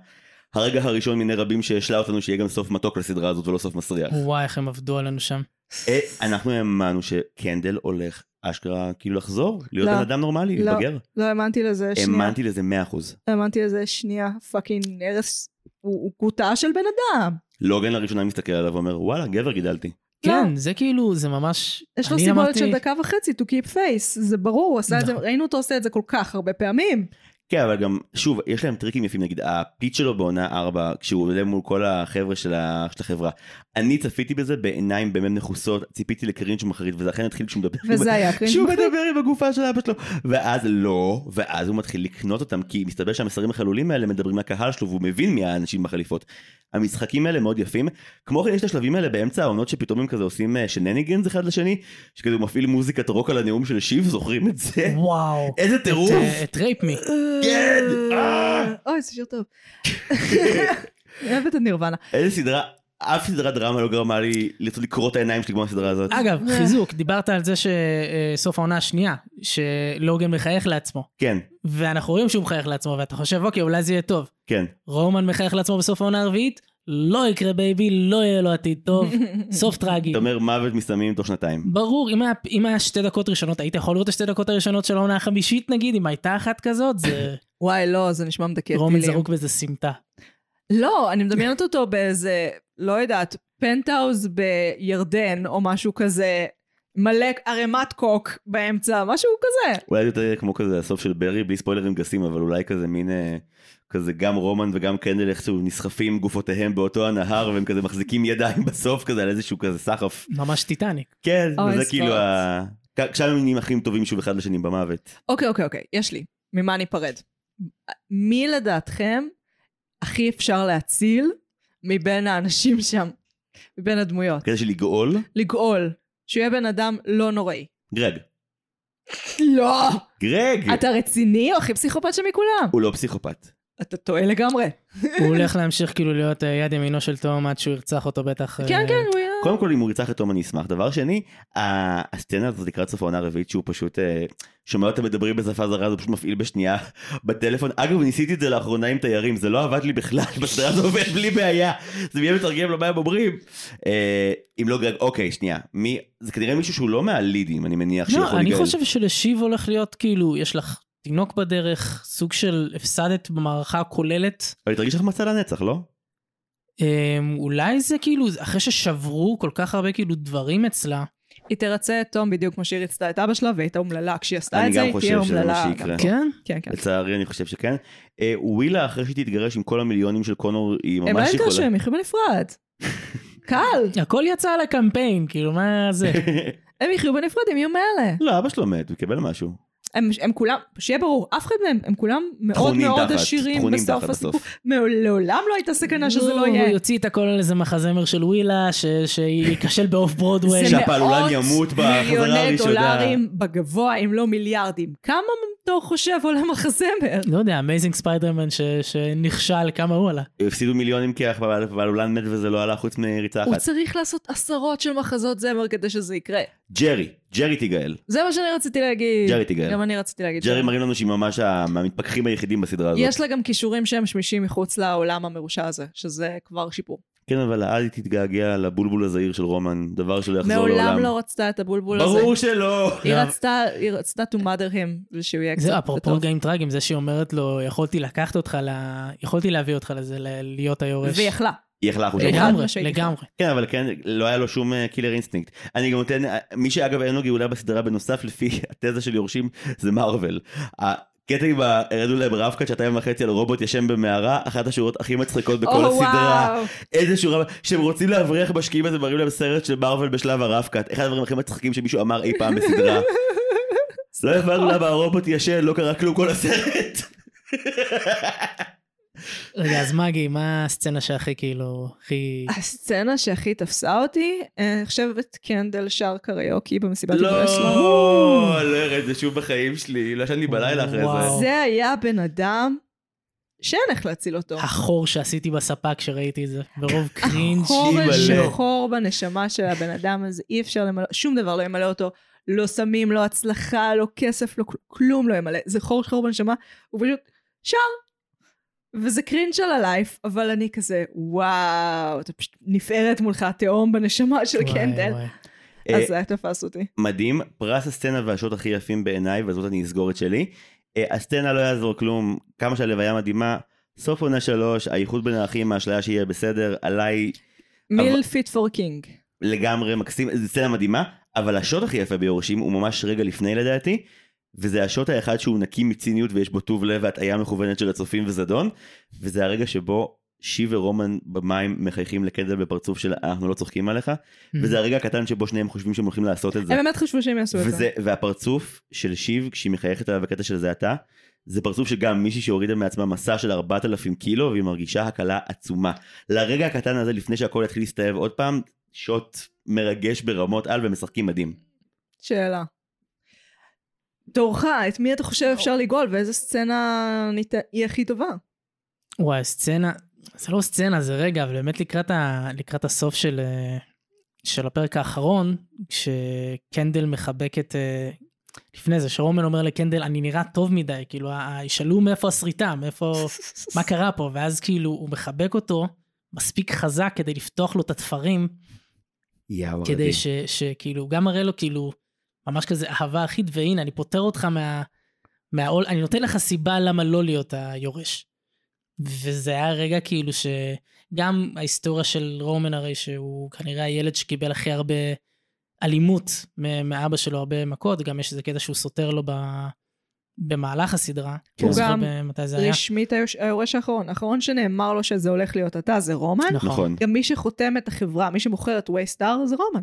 הרגע הראשון מיני רבים שהשלה אותנו שיהיה גם סוף מתוק לסדרה הזאת ולא סוף מסריח. וואי, איך הם עבדו עלינו שם. אה, אנחנו האמנו שקנדל הולך אשכרה כאילו לחזור, להיות לא. בן אדם נורמלי, לא. להתבגר. לא האמנתי לזה שנייה. האמנתי לזה 100%. האמנתי לזה שנייה. פאקינג ארס. הוא הוא גרוטה של בן אדם. לוגן לראשונה מסתכל עליו ואומר, וואלה, גבר גידלתי. לא. כן, זה כאילו, זה ממש... יש לו אני סיבולת אמרתי- של דקה וחצי to keep face. זה ברור, הוא עשה את זה, נכון. ראינו אותו עושה את זה כל כך הרבה פעמים. כן, אבל גם, שוב, יש להם טריקים יפים, נגיד, הפיץ שלו בעונה 4, כשהוא עולה מול כל החבר'ה של, ה... של החברה. אני צפיתי בזה בעיניים באמת נחוסות, ציפיתי לקרינג' מחריד, וזה אכן התחיל כשהוא מדבר. וזה היה קרינג' כשהוא מחריד. מדבר עם הגופה של אבא שלו, ואז לא, ואז הוא מתחיל לקנות אותם, כי מסתבר שהמסרים החלולים האלה מדברים לקהל שלו, והוא מבין מי האנשים בחליפות. המשחקים האלה מאוד יפים, כמו כן יש את השלבים האלה באמצע העונות שפתאום הם כזה עושים אה, שנניגנס אחד לשני, שכזה הוא מפעיל מוזיקת רוק על הנאום של שיב, זוכרים את זה? אה, וואו. איזה טירוף! את, אה, את רייפ מי. כן! אה, אוי, זה שיר טוב. אוהבת את נירוונה. איזה סדרה, אף סדרת דרמה לא גרמה לי לרצות לקרוא את העיניים שלי כמו הסדרה הזאת. אגב, אה. חיזוק, דיברת על זה שסוף העונה השנייה, שלוגן מחייך לעצמו. כן, ואנחנו רואים שהוא מחייך לעצמו, ואתה חושב, אוקיי, אולי זה יהיה טוב. כן. רומן מחייך לעצמו בסוף העונה הרביעית, לא יקרה בייבי, לא יהיה לו עתיד *laughs* טוב, סוף טרגי. אתה אומר מוות מסמים תוך שנתיים. ברור, אם היה, אם היה שתי דקות ראשונות, היית יכול לראות את השתי דקות הראשונות של העונה החמישית נגיד, אם הייתה אחת *laughs* כזאת, זה וואי, לא, זה נשמע מדכא רומן טילים. זרוק באיזה סמטה. לא, אני מדמיינת אותו באיזה, לא יודעת, פנטהאוז בירדן, או משהו כזה, מלא ערימת קוק באמצע, משהו כזה. אולי זה יותר כמו כזה הסוף של ברי, בלי ספוילרים גסים, אבל אולי כזה מין... אה, כזה גם רומן וגם קנדל איכשהו נסחפים גופותיהם באותו הנהר והם כזה מחזיקים ידיים *laughs* בסוף כזה על איזשהו כזה סחף. ממש טיטניק. כן, אוי, וזה ספורט. כאילו ה... כ- שם הם נהיים אחים טובים שוב אחד לשני במוות. אוקיי, אוקיי, אוקיי, יש לי. ממה ניפרד? מי לדעתכם הכי אפשר להציל מבין האנשים שם, מבין הדמויות? כזה של לגאול, לגאול, שיהיה בן אדם לא נוראי. גרג. לא! גרג! אתה רציני? הוא הכי פסיכופת שמכולם. הוא לא פסיכופת. אתה טועה לגמרי. הוא הולך להמשיך כאילו להיות אה, יד ימינו של תום עד שהוא ירצח אותו בטח. אה, כן, כן, הוא יהיה... קודם כל אם הוא ירצח את תום אני אשמח. דבר שני, ה- הסצנה הזאת לקראת סוף העונה הרביעית שהוא פשוט אה, שומע אותם מדברים בשפה זרה זה פשוט מפעיל בשנייה *laughs* בטלפון. אגב ניסיתי את זה לאחרונה עם תיירים זה לא עבד לי בכלל *laughs* בסדרה זה עובד בלי בעיה. זה מי מתרגם לו מה הם אומרים. אה, אם לא גרג אוקיי שנייה מי זה כנראה מישהו שהוא לא מהלידים אני מניח לא, שיכול אני לגאל. חושב שלשיב הולך להיות כאילו, יש לך תינוק בדרך, סוג של הפסדת במערכה הכוללת. אבל היא תרגיש לך מצא לנצח לא? אמ, אולי זה כאילו, אחרי ששברו כל כך הרבה כאילו דברים אצלה. היא תרצה את תום בדיוק כמו שהיא רצתה את אבא שלה, והיא הייתה אומללה. כשהיא עשתה אני את זה, גם היא תהיה חושב שזה מה אומללה. שיקרה. כן? כן, כן. לצערי אני חושב שכן. אה, ווילה אחרי שהיא תתגרש עם כל המיליונים של קונור היא ממש הם לא יכולה. יתגרשו, הם יחיו בנפרד. קל, הכל יצא על הקמפיין, כאילו, מה *laughs* זה? הם יחיו בנפרד, הם יהיו מאלה. *laughs* לא אבא שלו מת הוא קיבל משהו. הם, הם כולם, שיהיה ברור, אף אחד מהם, הם כולם מאוד תכונים מאוד תחת, עשירים תכונים בסוף תחת הסיפור. בסוף. מעולם לא הייתה סכנה שזה לא הוא יהיה. יוציא את הכל על איזה מחזמר של ווילה, ש- שייכשל באוף ברודוויי. זה שהפעלולן מאות ימות בחזרה מיליוני הראשונה. דולרים בגבוה, אם לא מיליארדים. כמה אתה חושב עולה מחזמר? לא יודע, אמייזינג ספיידרמן שנכשל, כמה הוא עלה. הפסידו מיליונים כי הלולן מת וזה לא עלה חוץ מריצה הוא אחת. צריך לעשות עשרות של מחזות זמר כדי שזה יקרה. ג'רי, ג'רי תיגאל. זה מה שאני רציתי להגיד. ג'רי תיגאל. גם אני רציתי להגיד. ג'רי ג'רי. מראים לנו שהיא ממש ה- מהמתפכחים היחידים בסדרה הזאת. יש לה גם כישורים שהם שמישים מחוץ לעולם המרושע הזה, שזה כבר שיפור. כן, אבל אז היא תתגעגע לבולבול הזעיר של רומן, דבר שלא יחזור לעולם. מעולם לא רצתה את הבולבול הזה. ברור שלא. היא לא. רצתה, היא רצתה to mother him, ושהוא יהיה קצת... זה אפרופו טוב. רגעים טראגיים, זה שהיא אומרת לו, יכולתי לקחת אותך ל... יכולתי להביא אותך לזה, ל- להיות היורש. והיא יכלה. היא יכלה אחוז שלך. חד לגמרי, משמעית. לגמרי. כן, אבל כן, לא היה לו שום אה, קילר אינסטינקט. אני גם נותן, אה, מי שאגב אין לו גאולה בסדרה בנוסף לפי *laughs* התזה של יורשים, זה מארוול. הקטע עם ה... הרדו להם רב-קאט שעתיים וחצי על רובוט ישן במערה, אחת השורות הכי מצחיקות בכל או, הסדרה. וואו. איזה שורה, שהם רוצים להבריח משקיעים אז הם מראים להם סרט של מארוול בשלב הרב-קאט. אחד הדברים הכי מצחיקים שמישהו אמר אי פעם בסדרה. לא הבנו למה הרובוט ישן, לא קרה כלום כל הסרט. רגע, אז מגי, מה הסצנה שהכי כאילו, הכי... הסצנה שהכי תפסה אותי, אה, אני חושבת קנדל שר קריוקי במסיבת לא, הגבוהה שלו. לא אראה את זה שוב בחיים שלי, לא ישן לי בלילה אחרי וואו. זה. זה היה בן אדם שאין איך להציל אותו. החור שעשיתי בספה כשראיתי את זה, *laughs* ברוב קרינג'. חור אימא'לה. שחור בנשמה של הבן אדם הזה, אי אפשר למלא, שום דבר לא ימלא אותו. לא סמים, לא הצלחה, לא כסף, לא כל- כלום לא ימלא. זה חור שחור בנשמה, הוא פשוט שר. וזה קרינג' על הלייף, אבל אני כזה, וואו, אתה פשוט נפערת מולך התהום בנשמה של וואי, קנדל. וואי. אה, אז זה היה תפס אותי. מדהים, פרס הסצנה והשוט הכי יפים בעיניי, וזאת אני אסגור את שלי. אה, הסצנה לא יעזור כלום, כמה שהלוויה מדהימה. סוף עונה שלוש, האיחוד בין האחים, האשליה שיהיה בסדר, עליי מיל פיט פור קינג. לגמרי מקסים, זו סצנה מדהימה, אבל השוט הכי יפה ביורשים הוא ממש רגע לפני לדעתי, וזה השוט האחד שהוא נקי מציניות ויש בו טוב לב והטעיה מכוונת של הצופים וזדון, וזה הרגע שבו שי ורומן במים מחייכים לקנדל בפרצוף של אנחנו לא צוחקים עליך, Mm-hmm. וזה הרגע הקטן שבו שניהם חושבים שהם הולכים לעשות את זה. הם באמת חשבו שהם יעשו את וזה, זה. והפרצוף של שיב כשהיא מחייכת עליו בקטע של זה אתה זה פרצוף שגם מישהי שהורידה מעצמה מסע של 4,000 קילו והיא מרגישה הקלה עצומה. לרגע הקטן הזה לפני שהכל יתחיל להסתאב עוד פעם שוט מרגש ברמות על ומשחקים מדהים. שאלה. תורך, את מי אתה חושב אפשר לגאול ואיזה סצנה ניתן- היא הכי טובה? וואי, סצנה, זה לא סצנה, זה רגע, אבל באמת לקראת, ה, לקראת הסוף של, אה, של הפרק האחרון, כשקנדל מחבק את... אה, לפני זה, שרומן אומר לקנדל, אני נראה טוב מדי, *laughs* כאילו, ה- ה- ישאלו מאיפה הסריטה, מאיפה, מה קרה פה, ואז כאילו, הוא מחבק אותו, מספיק חזק כדי לפתוח לו את התפרים, יאו, כדי ש, שכאילו, גם מראה לו כאילו, ממש כזה אהבה אחית, והנה, אני פוטר אותך מה... מהעול, אני נותן לך סיבה למה לא להיות היורש. וזה היה רגע כאילו שגם ההיסטוריה של רומן הרי שהוא כנראה הילד שקיבל הכי הרבה אלימות מ- מאבא שלו, הרבה מכות, גם יש איזה קטע שהוא סותר לו ב... במהלך כן. הסדרה. אני לא הוא זוכר גם במתי זה היה. רשמית היוש- היורש האחרון, האחרון שנאמר לו שזה הולך להיות אתה זה רומן, נכון. גם מי שחותם את החברה, מי שמוכר את וייסטאר זה רומן.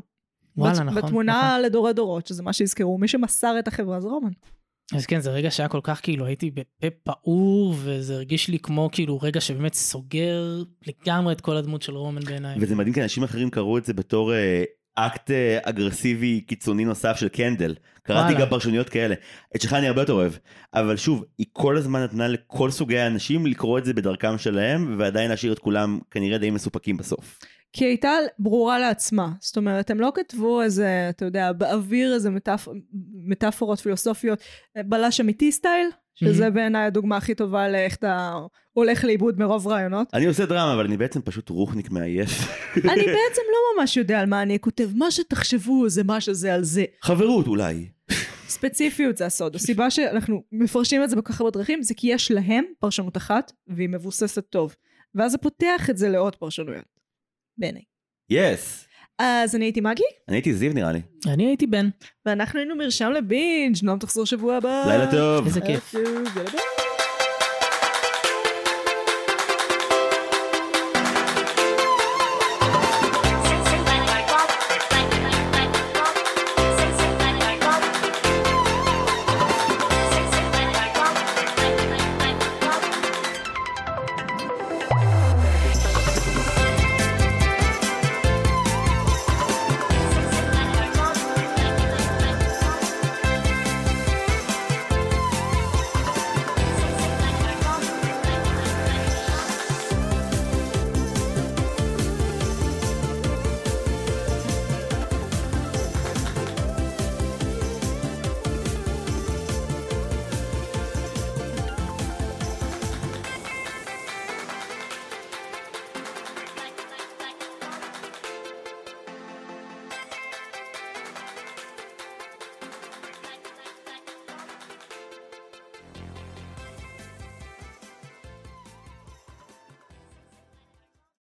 וואלה, בת- נכון. בתמונה לדורי דורות, שזה מה שיזכרו, מי שמסר את החברה זה רומן. נכון. אז כן, זה רגע שהיה כל כך כאילו, הייתי בפה פעור, וזה הרגיש לי כמו כאילו רגע שבאמת סוגר לגמרי את כל הדמות של רומן בעיניי. וזה מדהים כי אנשים אחרים קראו את זה בתור אה, אקט אה, אגרסיבי קיצוני נוסף של קנדל. קראתי וואלה. גם פרשנויות כאלה. את שלך אני הרבה יותר אוהב. אבל שוב, היא כל הזמן נתנה לכל סוגי האנשים לקרוא את זה בדרכם שלהם, ועדיין להשאיר את כולם כנראה די מסופקים בסוף. כי היא הייתה ברורה לעצמה. זאת אומרת, הם לא כתבו איזה, אתה יודע, באוויר איזה מטאפ... מטאפורות פילוסופיות, בלש אמיתי סטייל, שזה בעיניי הדוגמה הכי טובה לאיך אתה הולך לאיבוד מרוב *laughs* רעיונות. אני עושה דרמה, אבל אני בעצם פשוט רוחניק מעייף. אני בעצם לא ממש יודע על מה אני כותב, מה שתחשבו זה מה שזה על זה. חברות אולי. ספציפיות זה הסוד. הסיבה שאנחנו מפרשים את זה בכל כך הרבה דרכים זה כי יש להם פרשנות אחת, והיא מבוססת טוב. ואז זה פותח את זה לעוד פרשנויות. בעיניי. יס. אז אני הייתי מגי, אני הייתי זיו נראה לי. אני הייתי בן, ואנחנו היינו מרשם לבינג', נועם תחזור שבוע הבא. לא לילה טוב. איזה כיף. לילה טוב, יאללה ביי. Thank you.